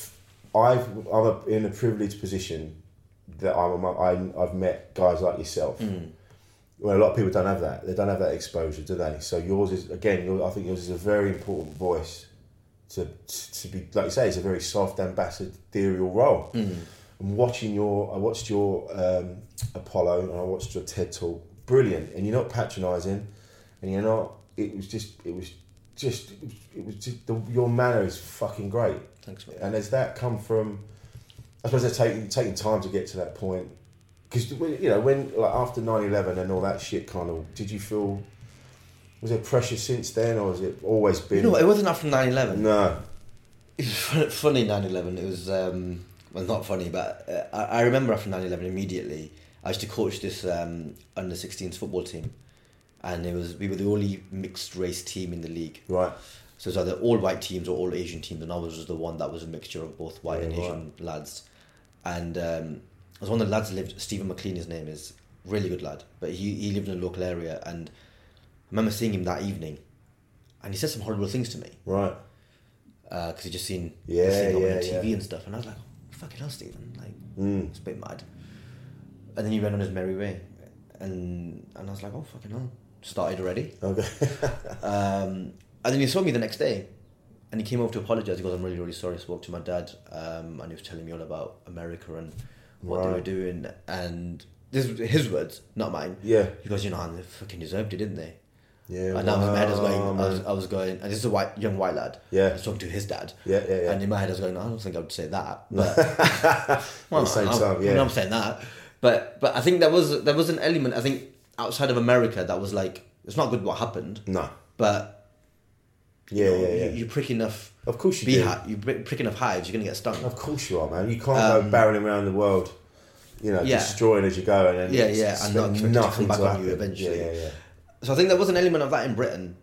[SPEAKER 1] I've, I'm a, in a privileged position that I'm. Among, I, I've met guys like yourself. Well, a lot of people don't have that. They don't have that exposure, do they? So yours is again. Your, I think yours is a very important voice to to be like you say. It's a very soft ambassadorial role.
[SPEAKER 3] Mm.
[SPEAKER 1] And watching your, I watched your um, Apollo and I watched your TED talk. Brilliant, and you're not patronising, and you're not. It was just. It was just. It was just. The, your manner is fucking great.
[SPEAKER 3] Thanks, mate.
[SPEAKER 1] And does that come from? I suppose they're taking taking time to get to that point because you know when like after 9-11 and all that shit kind of did you feel was there pressure since then or has it always been
[SPEAKER 3] You know, what, it wasn't after 9 11.
[SPEAKER 1] no
[SPEAKER 3] It was fun- *laughs* funny 9 11. It was, um, well, not funny, but uh, I, I remember after 9 11 immediately, I used to coach this um, under 16s football team. And it was we were the only mixed race team in the league.
[SPEAKER 1] right
[SPEAKER 3] So it's either all white teams or all Asian teams, and I was just the one that was a mixture of both white and Asian lads. And um, it was one of the lads that lived. Stephen McLean, his name is really good lad, but he he lived in a local area, and I remember seeing him that evening, and he said some horrible things to me
[SPEAKER 1] right
[SPEAKER 3] because he just seen
[SPEAKER 1] Yeah,
[SPEAKER 3] uh, he'd seen him
[SPEAKER 1] yeah,
[SPEAKER 3] on TV
[SPEAKER 1] yeah. Mm.
[SPEAKER 3] and stuff, and I was like, oh, fucking hell, Stephen, like it's a bit mad. And then he went on his merry way, and and I was like, oh fucking hell, started already.
[SPEAKER 1] okay *laughs*
[SPEAKER 3] Um, and then he saw me the next day, and he came over to apologize. He goes, "I'm really, really sorry." I spoke to my dad, um, and he was telling me all about America and what they were
[SPEAKER 1] Right.
[SPEAKER 3] doing. And this was his words, not mine.
[SPEAKER 1] Yeah.
[SPEAKER 3] He goes, "You know, and they fucking deserved it, didn't they?"
[SPEAKER 1] yeah
[SPEAKER 3] And now in my head I was going,
[SPEAKER 1] wow,
[SPEAKER 3] I was, I was going, and this is a white, young white lad.
[SPEAKER 1] Yeah.
[SPEAKER 3] I was talking to his dad.
[SPEAKER 1] Yeah, yeah, yeah.
[SPEAKER 3] And in my head, I was going, I don't think I would
[SPEAKER 1] *laughs*
[SPEAKER 3] say that. But well,
[SPEAKER 1] the same
[SPEAKER 3] I'm,
[SPEAKER 1] time, yeah.
[SPEAKER 3] I'm saying that. But but I think there was there was an element. I think outside of America, that was like it's not good what happened.
[SPEAKER 1] No.
[SPEAKER 3] But
[SPEAKER 1] yeah
[SPEAKER 3] you,
[SPEAKER 1] yeah yeah
[SPEAKER 3] you prick enough.
[SPEAKER 1] Of course you do.
[SPEAKER 3] hi- you pri- prick enough hives, you're gonna get stung.
[SPEAKER 1] of course you are man you can't go barreling around the world you know
[SPEAKER 3] Um, Yeah.
[SPEAKER 1] destroying as you go and then
[SPEAKER 3] Yeah,
[SPEAKER 1] it's-
[SPEAKER 3] yeah,
[SPEAKER 1] it's
[SPEAKER 3] and not expect it to come
[SPEAKER 1] nothing
[SPEAKER 3] back
[SPEAKER 1] to
[SPEAKER 3] on you
[SPEAKER 1] happen.
[SPEAKER 3] eventually.
[SPEAKER 1] yeah yeah, yeah.
[SPEAKER 3] So I think there was an element of that in Britain.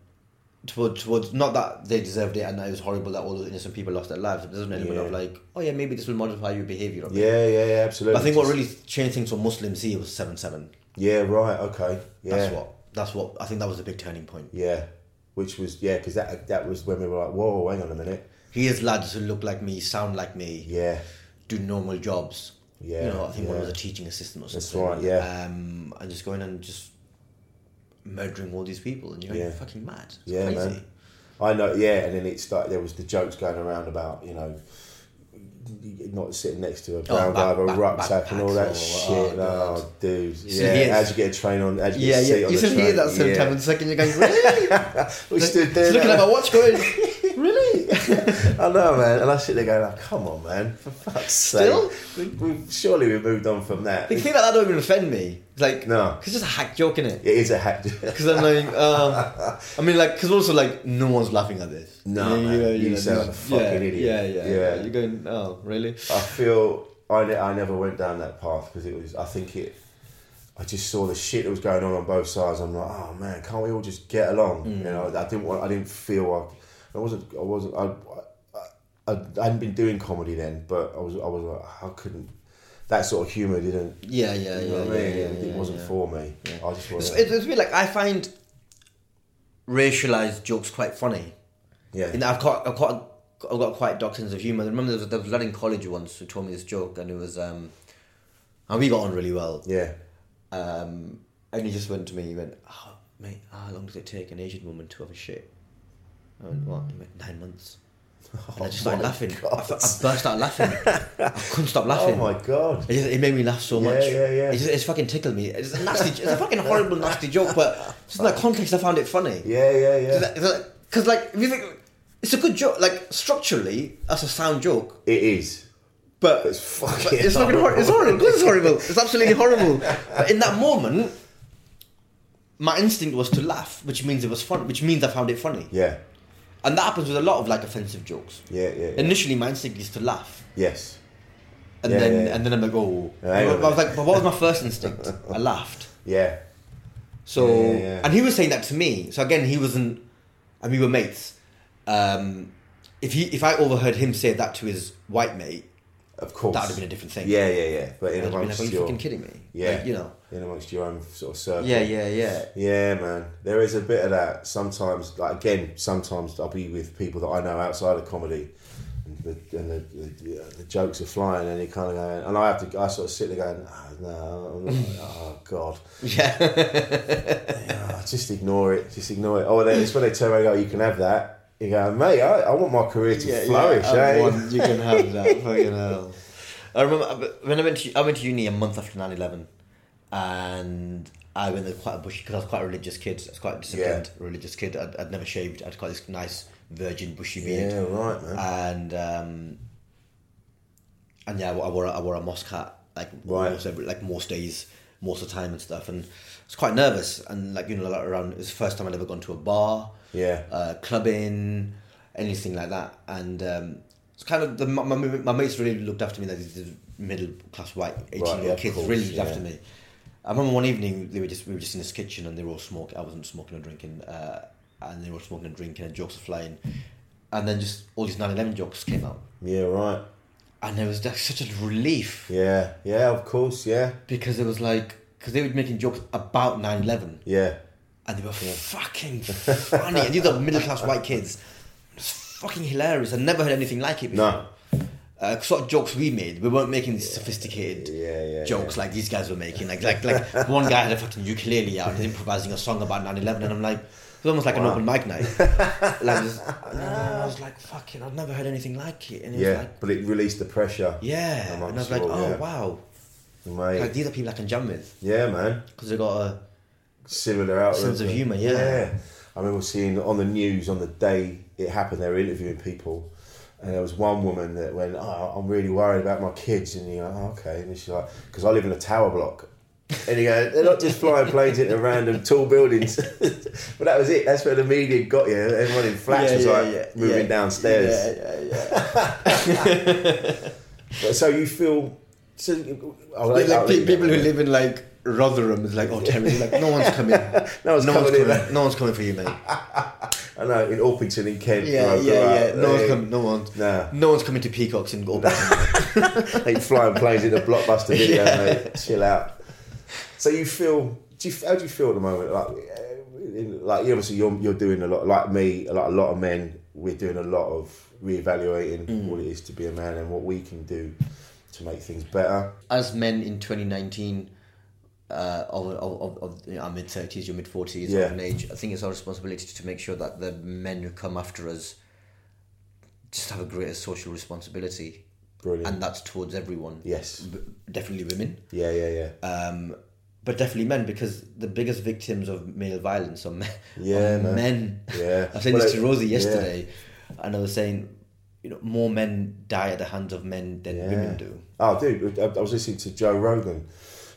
[SPEAKER 3] Towards, towards not that they deserved it and it was horrible that all those innocent people lost their lives. But there's an element
[SPEAKER 1] Yeah.
[SPEAKER 3] of like, oh yeah, maybe this will modify your behavior. a bit.
[SPEAKER 1] Yeah, yeah, yeah, absolutely.
[SPEAKER 3] But I think what
[SPEAKER 1] Just-
[SPEAKER 3] really changed things for Muslims here was seven seven.
[SPEAKER 1] Yeah, right. Okay. Yeah.
[SPEAKER 3] That's what. That's what. I think that was the big turning point.
[SPEAKER 1] Yeah, which was yeah, because that that was when we were like, whoa, hang on a minute.
[SPEAKER 3] Here's lads who look like me, sound like me,
[SPEAKER 1] Yeah,
[SPEAKER 3] do normal jobs.
[SPEAKER 1] Yeah,
[SPEAKER 3] You know, I think one
[SPEAKER 1] yeah.
[SPEAKER 3] was a teaching assistant or something.
[SPEAKER 1] That's right, yeah.
[SPEAKER 3] Um, and just going and just murdering all these people, and you're
[SPEAKER 1] Yeah.
[SPEAKER 3] like, fucking mad. It's
[SPEAKER 1] yeah,
[SPEAKER 3] crazy.
[SPEAKER 1] man. I know. Yeah, and then it started. There was the jokes going around about you know. Not sitting next to a brown guy
[SPEAKER 3] Oh, back-
[SPEAKER 1] with a
[SPEAKER 3] back-
[SPEAKER 1] rucksack and all
[SPEAKER 3] backpacks
[SPEAKER 1] that
[SPEAKER 3] or- oh,
[SPEAKER 1] shit. No,
[SPEAKER 3] God.
[SPEAKER 1] dude.
[SPEAKER 3] see,
[SPEAKER 1] Yeah,
[SPEAKER 3] here's-
[SPEAKER 1] how'd you get a train on? How'd you get
[SPEAKER 3] Yeah,
[SPEAKER 1] a seat
[SPEAKER 3] yeah.
[SPEAKER 1] on
[SPEAKER 3] You
[SPEAKER 1] the
[SPEAKER 3] should
[SPEAKER 1] train?
[SPEAKER 3] hear that sometime
[SPEAKER 1] yeah.
[SPEAKER 3] in a second. You're
[SPEAKER 1] *laughs*
[SPEAKER 3] going, really?
[SPEAKER 1] We stood there.
[SPEAKER 3] looking at my watch going,
[SPEAKER 1] *laughs* really? *laughs* I know, man. And I sit there going, like, come on, man. For fuck's
[SPEAKER 3] Still?
[SPEAKER 1] sake. We, we, surely we moved on from that.
[SPEAKER 3] the
[SPEAKER 1] It
[SPEAKER 3] thing that that don't even offend me. It's like,
[SPEAKER 1] No.
[SPEAKER 3] 'cause it's just a hack joke, in it?
[SPEAKER 1] is a
[SPEAKER 3] *laughs*
[SPEAKER 1] hack.
[SPEAKER 3] Because I'm like, uh, I mean, like, because also, like, no one's laughing at this.
[SPEAKER 1] No, man, you sound like a fucking
[SPEAKER 3] yeah,
[SPEAKER 1] idiot.
[SPEAKER 3] Yeah, yeah,
[SPEAKER 1] Yeah. Uh,
[SPEAKER 3] yeah, You're going, oh, really?
[SPEAKER 1] I feel I, ne- I never went down that path because it was. I think it. I just saw the shit that was going on on both sides. I'm like, oh man, can't we all just get along?
[SPEAKER 3] Mm.
[SPEAKER 1] You know, I didn't want. I didn't feel. I, I wasn't. I wasn't. I, I, I hadn't been doing comedy then, but I was. I was like, I couldn't. That sort of humour didn't.
[SPEAKER 3] Yeah, yeah, yeah.
[SPEAKER 1] You know what
[SPEAKER 3] yeah,
[SPEAKER 1] I mean?
[SPEAKER 3] yeah,
[SPEAKER 1] it
[SPEAKER 3] yeah,
[SPEAKER 1] wasn't
[SPEAKER 3] yeah.
[SPEAKER 1] for me. I just
[SPEAKER 3] It's,
[SPEAKER 1] wasn't.
[SPEAKER 3] it's, it's weird, like, I find racialized jokes quite funny.
[SPEAKER 1] yeah.
[SPEAKER 3] And I've got, I've got, I've got quite dark sense of humor. I remember there was, there was a lad in college once who told me this joke, and it was, um, and we got on really well.
[SPEAKER 1] yeah.
[SPEAKER 3] Um, and he just went to me, he went, oh, mate, how long does it take an Asian woman to have a shit? I went, what? He went, nine months.
[SPEAKER 1] *laughs* Oh
[SPEAKER 3] And I just started laughing. I, f- I burst out laughing. I couldn't stop
[SPEAKER 1] Oh
[SPEAKER 3] laughing.
[SPEAKER 1] my god.
[SPEAKER 3] It, just, it made me laugh so
[SPEAKER 1] Yeah,
[SPEAKER 3] much.
[SPEAKER 1] yeah, yeah.
[SPEAKER 3] It just, it's fucking tickled me. It's a nasty, it's a fucking horrible, nasty joke, but just in that context, I found it funny.
[SPEAKER 1] Yeah, yeah, yeah.
[SPEAKER 3] Because, like, if you think, it's a good joke. Like, structurally, that's a sound joke.
[SPEAKER 1] It is.
[SPEAKER 3] But
[SPEAKER 1] It's fucking
[SPEAKER 3] it's
[SPEAKER 1] *laughs*
[SPEAKER 3] fucking hor- it's horrible. Of course It's horrible. It's absolutely horrible. But in that moment, my instinct was to laugh, which means it was fun. Which means I found it funny.
[SPEAKER 1] Yeah.
[SPEAKER 3] And that happens with a lot of like offensive jokes.
[SPEAKER 1] Yeah, yeah, yeah.
[SPEAKER 3] Initially, my instinct is to laugh,
[SPEAKER 1] Yes.
[SPEAKER 3] and
[SPEAKER 1] Yeah,
[SPEAKER 3] then
[SPEAKER 1] yeah, yeah.
[SPEAKER 3] and then I'm like, oh.
[SPEAKER 1] hang
[SPEAKER 3] I
[SPEAKER 1] on a
[SPEAKER 3] was
[SPEAKER 1] minute.
[SPEAKER 3] like, but what was my first instinct? I laughed.
[SPEAKER 1] Yeah.
[SPEAKER 3] So
[SPEAKER 1] Yeah, yeah, yeah.
[SPEAKER 3] and he was saying that to me. So again, he wasn't, and we were mates. Um, if he if I overheard him say that to his white mate,
[SPEAKER 1] Of course.
[SPEAKER 3] That would have been a different thing.
[SPEAKER 1] Yeah, yeah, yeah. But in
[SPEAKER 3] I'd have been
[SPEAKER 1] amongst
[SPEAKER 3] like, are you
[SPEAKER 1] your,
[SPEAKER 3] fucking kidding me?
[SPEAKER 1] Yeah,
[SPEAKER 3] Like, you know.
[SPEAKER 1] in amongst your own sort of circle.
[SPEAKER 3] Yeah, yeah, yeah. *laughs*
[SPEAKER 1] Yeah, man. There is a bit of that sometimes. Like again, sometimes I'll be with people that I know outside of comedy, and the, and the, the, the jokes are flying, and you kind of going, and I have to, I sort of sit there going, oh, no, I'm
[SPEAKER 3] *laughs*
[SPEAKER 1] not, oh god, yeah, just ignore it, just ignore it. Oh, they, it's when they turn around, and go, you can have that. You go, mate, I, I want my career to flourish.
[SPEAKER 3] I
[SPEAKER 1] eh?
[SPEAKER 3] want- you
[SPEAKER 1] *laughs*
[SPEAKER 3] can have that. fucking hell. I remember when I went to I went to uni a month after 9-11 and I went there quite a bushy because I was quite a religious kid. I was quite a disciplined religious kid. I'd, I'd never shaved. I had quite this nice virgin bushy beard.
[SPEAKER 1] Yeah, right, man.
[SPEAKER 3] And um, and yeah, I wore- I wore a, I wore a mosque hat like
[SPEAKER 1] Right.
[SPEAKER 3] almost every, like most days, most of the time and stuff. And I was quite nervous and like you know like around. It was the first time I'd ever gone to a bar
[SPEAKER 1] Yeah.
[SPEAKER 3] uh, clubbing, anything like that. And um, it's kind of the, my, my, my mates really looked after me. Like these these middle class white
[SPEAKER 1] Right,
[SPEAKER 3] eighteen year
[SPEAKER 1] yeah,
[SPEAKER 3] old
[SPEAKER 1] of
[SPEAKER 3] kids
[SPEAKER 1] course,
[SPEAKER 3] really looked
[SPEAKER 1] yeah.
[SPEAKER 3] after me. I remember one evening they were just we were just in this kitchen and they were all smoking. I wasn't smoking or drinking, uh, and they were all smoking and drinking and jokes were flying, and then just all these 9-11 jokes came out,
[SPEAKER 1] yeah, right.
[SPEAKER 3] and there was like, such a relief
[SPEAKER 1] Yeah, yeah, of course, yeah,
[SPEAKER 3] because it was like because they were making jokes about 9-11
[SPEAKER 1] yeah.
[SPEAKER 3] and they were
[SPEAKER 1] *laughs*
[SPEAKER 3] fucking funny. and these are middle class white kids. It's fucking hilarious. I never heard anything like it before.
[SPEAKER 1] No.
[SPEAKER 3] Uh, sort of jokes we made. We weren't making these sophisticated
[SPEAKER 1] Yeah, yeah,
[SPEAKER 3] jokes like these guys were making. Like, like, like *laughs* one guy had a fucking ukulele out and improvising a song about 9-11 and I'm like, it was almost like an open mic night.
[SPEAKER 1] *laughs*
[SPEAKER 3] like, just, and I was like, fucking, I've never heard anything like it. And it was
[SPEAKER 1] Yeah,
[SPEAKER 3] like,
[SPEAKER 1] but it released the pressure.
[SPEAKER 3] yeah. And I
[SPEAKER 1] amongst
[SPEAKER 3] was
[SPEAKER 1] you
[SPEAKER 3] like,
[SPEAKER 1] all,
[SPEAKER 3] oh,
[SPEAKER 1] yeah.
[SPEAKER 3] wow.
[SPEAKER 1] Mate.
[SPEAKER 3] Like, these are people I can jam with
[SPEAKER 1] yeah, man.
[SPEAKER 3] because they got a...
[SPEAKER 1] Similar outlook.
[SPEAKER 3] Sense of humour, yeah.
[SPEAKER 1] I remember seeing on the news on the day it happened, they were interviewing people, and there was one woman that went, oh, I'm really worried about my kids. And you're like, oh, okay. And she's like, because I live in a tower block. And you go, they're not just flying planes into random tall buildings. *laughs* but that was it. That's where the media got you. Everyone in flats was like moving downstairs.
[SPEAKER 3] Yeah, yeah, yeah.
[SPEAKER 1] *laughs* So you feel. So, I
[SPEAKER 3] Like,
[SPEAKER 1] I
[SPEAKER 3] like pe- people who live in like Rotherham is like, oh, Terry, like no
[SPEAKER 1] *laughs*
[SPEAKER 3] one's coming.
[SPEAKER 1] No one's coming in.
[SPEAKER 3] No one's coming
[SPEAKER 1] *laughs*
[SPEAKER 3] for you, mate.
[SPEAKER 1] I know in Orpington in Kent.
[SPEAKER 3] Yeah,
[SPEAKER 1] where I grew
[SPEAKER 3] yeah, yeah.
[SPEAKER 1] up,
[SPEAKER 3] No one's
[SPEAKER 1] they-
[SPEAKER 3] coming. No one.
[SPEAKER 1] Nah.
[SPEAKER 3] No one's coming to Peacocks
[SPEAKER 1] *laughs*
[SPEAKER 3] in Orpington.
[SPEAKER 1] They flying planes in a blockbuster
[SPEAKER 3] *laughs*
[SPEAKER 1] video,
[SPEAKER 3] Yeah.
[SPEAKER 1] mate. Chill out. So you feel? Do you, how do you feel at the moment? Like, eh, in- like you obviously you're you're doing a lot. Like me, a lot, a lot of men. We're doing a lot of reevaluating
[SPEAKER 3] Mm.
[SPEAKER 1] what it is to be a man and what we can do to make things better.
[SPEAKER 3] As men in 2019, uh, of, of, of, of you know, our mid 30s, your mid 40s,
[SPEAKER 1] Yeah.
[SPEAKER 3] of an age, I think it's our responsibility to make sure that the men who come after us just have a greater social responsibility.
[SPEAKER 1] Brilliant.
[SPEAKER 3] And that's towards everyone.
[SPEAKER 1] Yes.
[SPEAKER 3] B- definitely women.
[SPEAKER 1] Yeah, yeah, yeah.
[SPEAKER 3] Uh, but definitely men because the biggest victims of male violence are men.
[SPEAKER 1] Yeah,
[SPEAKER 3] are
[SPEAKER 1] man.
[SPEAKER 3] men.
[SPEAKER 1] Yeah.
[SPEAKER 3] *laughs* I was saying this to
[SPEAKER 1] Well,
[SPEAKER 3] Rosie
[SPEAKER 1] yeah.
[SPEAKER 3] yesterday, and I was saying, you know, more men die at the hands of men than women do.
[SPEAKER 1] Oh, dude, I, I was listening to Joe Rogan,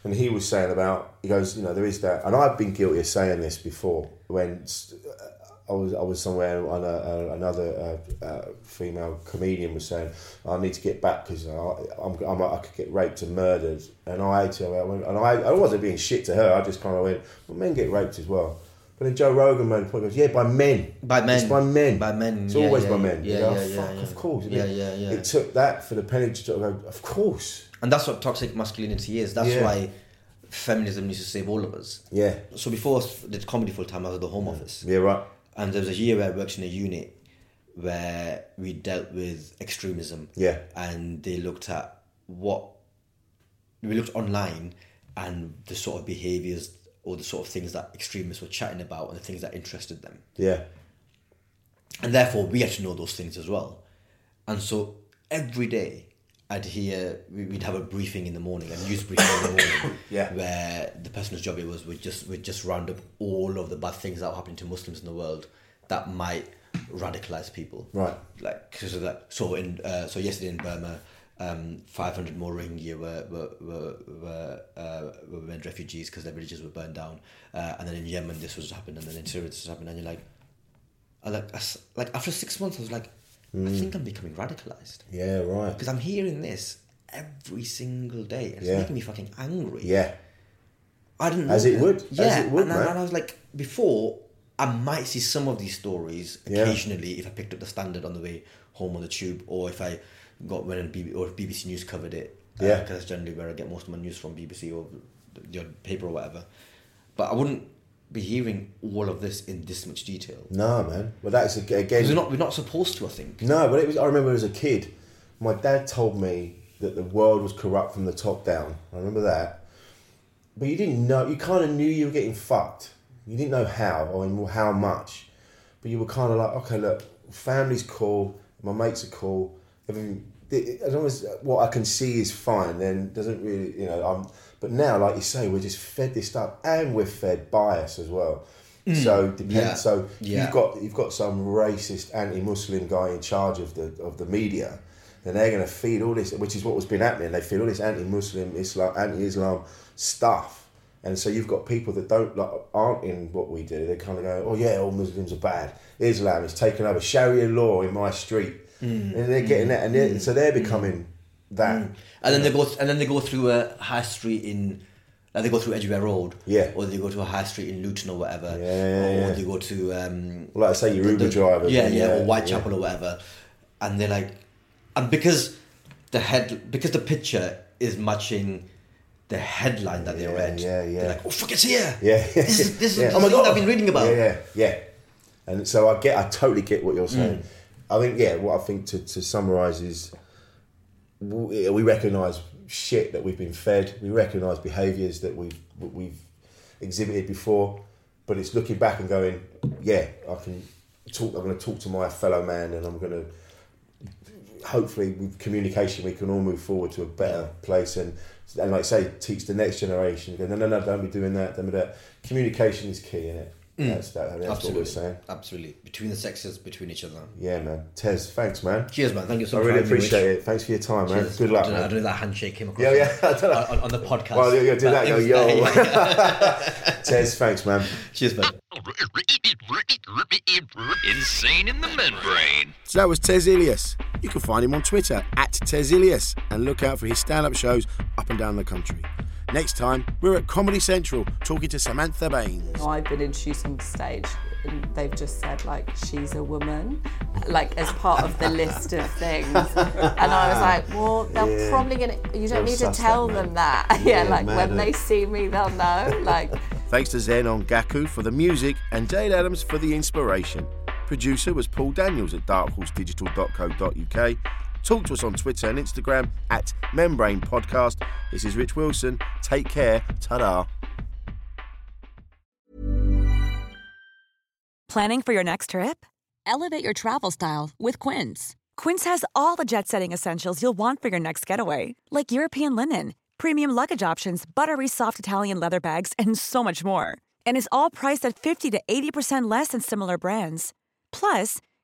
[SPEAKER 1] and he was saying about he goes, you know, there is that, and I've been guilty of saying this before when s- I was I was somewhere on a, a, another uh, uh, female comedian was saying I need to get back because I'm, I'm I could get raped and murdered, and I had to I went, and I, I wasn't being shit to her. I just kind of went, well, men get raped as well. But then Joe Rogan made a point. he Goes, yeah, by men.
[SPEAKER 3] By men.
[SPEAKER 1] It's by men.
[SPEAKER 3] By men,
[SPEAKER 1] It's
[SPEAKER 3] yeah,
[SPEAKER 1] always
[SPEAKER 3] yeah,
[SPEAKER 1] by
[SPEAKER 3] yeah,
[SPEAKER 1] men. You
[SPEAKER 3] yeah,
[SPEAKER 1] go,
[SPEAKER 3] yeah, yeah,
[SPEAKER 1] "Fuck,
[SPEAKER 3] yeah.
[SPEAKER 1] Of course. I
[SPEAKER 3] Yeah,
[SPEAKER 1] mean,
[SPEAKER 3] yeah, yeah.
[SPEAKER 1] It took that for the penny to go. Of course.
[SPEAKER 3] And that's what toxic masculinity is. That's
[SPEAKER 1] Yeah.
[SPEAKER 3] why feminism needs to save all of us.
[SPEAKER 1] Yeah.
[SPEAKER 3] So before I did comedy full time, I was at the Home Office.
[SPEAKER 1] Yeah, right.
[SPEAKER 3] and there was a year where I worked in a unit where we dealt with extremism.
[SPEAKER 1] Yeah.
[SPEAKER 3] And they looked at what we looked online and the sort of behaviours or the sort of things that extremists were chatting about and the things that interested them.
[SPEAKER 1] Yeah.
[SPEAKER 3] And therefore we had to know those things as well. And so every day I'd hear we- we'd have a briefing in the morning, a news briefing in the morning.
[SPEAKER 1] Yeah.
[SPEAKER 3] Where the person's job it was would just would just round up all of the bad things that were happening to Muslims in the world that might radicalize people.
[SPEAKER 1] Right.
[SPEAKER 3] Like because of that. So in uh, so yesterday in Burma, um, 500 more Rohingya were were were were, uh, were made refugees because their villages were burned down. Uh, and then in Yemen this was happened, and then in Syria this was happened, and you're like, I like I s like after six months I was like, I think I'm becoming radicalized
[SPEAKER 1] Hmm. Yeah, right.
[SPEAKER 3] because I'm hearing this every single day. and It's
[SPEAKER 1] Yeah.
[SPEAKER 3] making me fucking angry.
[SPEAKER 1] Yeah.
[SPEAKER 3] I didn't
[SPEAKER 1] As
[SPEAKER 3] know
[SPEAKER 1] it
[SPEAKER 3] that.
[SPEAKER 1] would, as
[SPEAKER 3] Yeah,
[SPEAKER 1] it would,
[SPEAKER 3] and, I,
[SPEAKER 1] mate.
[SPEAKER 3] and I was like, before I might see some of these stories
[SPEAKER 1] Yeah.
[SPEAKER 3] occasionally if I picked up the standard on the way home on the tube, or if I got when B- or BBC News covered it.
[SPEAKER 1] Yeah.
[SPEAKER 3] because that's generally where I get most of my news from BBC or th- your paper or whatever. But I wouldn't be hearing all of this in this much detail.
[SPEAKER 1] No, man. Well, that's ag- again.
[SPEAKER 3] Because we're not we're not supposed to. I think.
[SPEAKER 1] No, but it was. I remember as a kid, my dad told me that the world was corrupt from the top down. I remember that. But you didn't know. You kind of knew you were getting fucked. You didn't know how or in how much, but you were kind of like, okay, look, family's cool. My mates are cool. Everything. As long as what I can see is fine, then doesn't really, you know. I'm, but now, like you say, we're just fed this stuff, and we're fed bias as well. So depends.
[SPEAKER 3] Mm. Yeah.
[SPEAKER 1] So
[SPEAKER 3] Yeah.
[SPEAKER 1] you've got got- you've got some racist anti-Muslim guy in charge of the of the media, then they're going to feed all this, which is what has been happening. They feed all this anti-Muslim, Islam, anti-Islam stuff, and so you've got people that don't like, aren't in what we do. They kind of go, oh yeah, all Muslims are bad. Islam is taking over. Sharia law in my street,
[SPEAKER 3] Mm.
[SPEAKER 1] and they're getting that, and they're, so they're becoming that.
[SPEAKER 3] And then they go and then they go through a high street in. Like they go through Edgware Road,
[SPEAKER 1] Yeah.
[SPEAKER 3] or they go to a high street in Luton or whatever,
[SPEAKER 1] Yeah, yeah,
[SPEAKER 3] or
[SPEAKER 1] yeah.
[SPEAKER 3] they go to um,
[SPEAKER 1] Like I say, your Uber
[SPEAKER 3] the-
[SPEAKER 1] driver,
[SPEAKER 3] Yeah, yeah, or Whitechapel or whatever. And they're like, and because the head, because the picture is matching the headline that they read.
[SPEAKER 1] yeah, yeah.
[SPEAKER 3] They're like, oh fuck, it's here.
[SPEAKER 1] Yeah.
[SPEAKER 3] this is this is
[SPEAKER 1] *laughs* Yeah. Oh
[SPEAKER 3] the thing I've been reading about.
[SPEAKER 1] Yeah, yeah, yeah. And so I get, I totally get what you're saying.
[SPEAKER 3] Mm.
[SPEAKER 1] I think, yeah, what I think to, to summarise is we, we recognise shit that we've been fed. We recognise behaviours that we've we've exhibited before, but it's looking back and going, yeah, I can talk. I'm going to talk to my fellow man, and I'm going to hopefully with communication we can all move forward to a better place and and like I say teach the next generation go no no no don't be doing that don't be that communication is key in it that's that I mean, that's what we're saying
[SPEAKER 3] Mm. absolutely. Between the sexes, between each other.
[SPEAKER 1] yeah man Tez thanks man
[SPEAKER 3] Cheers, man. Thank you so
[SPEAKER 1] I
[SPEAKER 3] much.
[SPEAKER 1] really
[SPEAKER 3] for having me,
[SPEAKER 1] appreciate
[SPEAKER 3] Rich.
[SPEAKER 1] it thanks for your time man
[SPEAKER 3] Cheers.
[SPEAKER 1] good
[SPEAKER 3] I
[SPEAKER 1] luck
[SPEAKER 3] don't, know, I
[SPEAKER 1] man.
[SPEAKER 3] don't know if that handshake came across
[SPEAKER 1] Yeah, yeah, *laughs* I don't know.
[SPEAKER 3] on, on the podcast.
[SPEAKER 1] well you're going to do
[SPEAKER 3] But
[SPEAKER 1] that
[SPEAKER 3] it
[SPEAKER 1] go
[SPEAKER 3] was-
[SPEAKER 1] yo *laughs* Tez thanks man
[SPEAKER 3] Cheers, man.
[SPEAKER 2] Insane in the membrane.
[SPEAKER 5] So that was Tez Ilias. You can find him on Twitter at Tez Ilias and look out for his stand up shows up and down the country. Next time, we're at Comedy Central talking to Samantha Baines.
[SPEAKER 6] I've been introduced on stage and they've just said like she's a woman, like as part of the list of things. And I was like, well, they're probably gonna. You
[SPEAKER 1] They'll
[SPEAKER 6] don't need to
[SPEAKER 1] suss that,
[SPEAKER 6] tell
[SPEAKER 1] mate.
[SPEAKER 6] them that. *laughs* yeah,
[SPEAKER 1] Yeah,
[SPEAKER 6] like
[SPEAKER 1] mad,
[SPEAKER 6] when
[SPEAKER 1] innit?
[SPEAKER 6] they see me, they'll know. Like.
[SPEAKER 5] Thanks to Zen on Gaku for the music and Dale Adams for the inspiration. Producer was Paul Daniels at darkhorsedigital.co.uk. Talk to us on Twitter and Instagram at Membrane Podcast. This is Rich Wilson. Take care. Ta da.
[SPEAKER 7] Planning for your next trip? Elevate your travel style with Quince. Quince has all the jet setting essentials you'll want for your next getaway, like European linen, premium luggage options, buttery soft Italian leather bags, and so much more. And is all priced at 50 to 80% less than similar brands. Plus,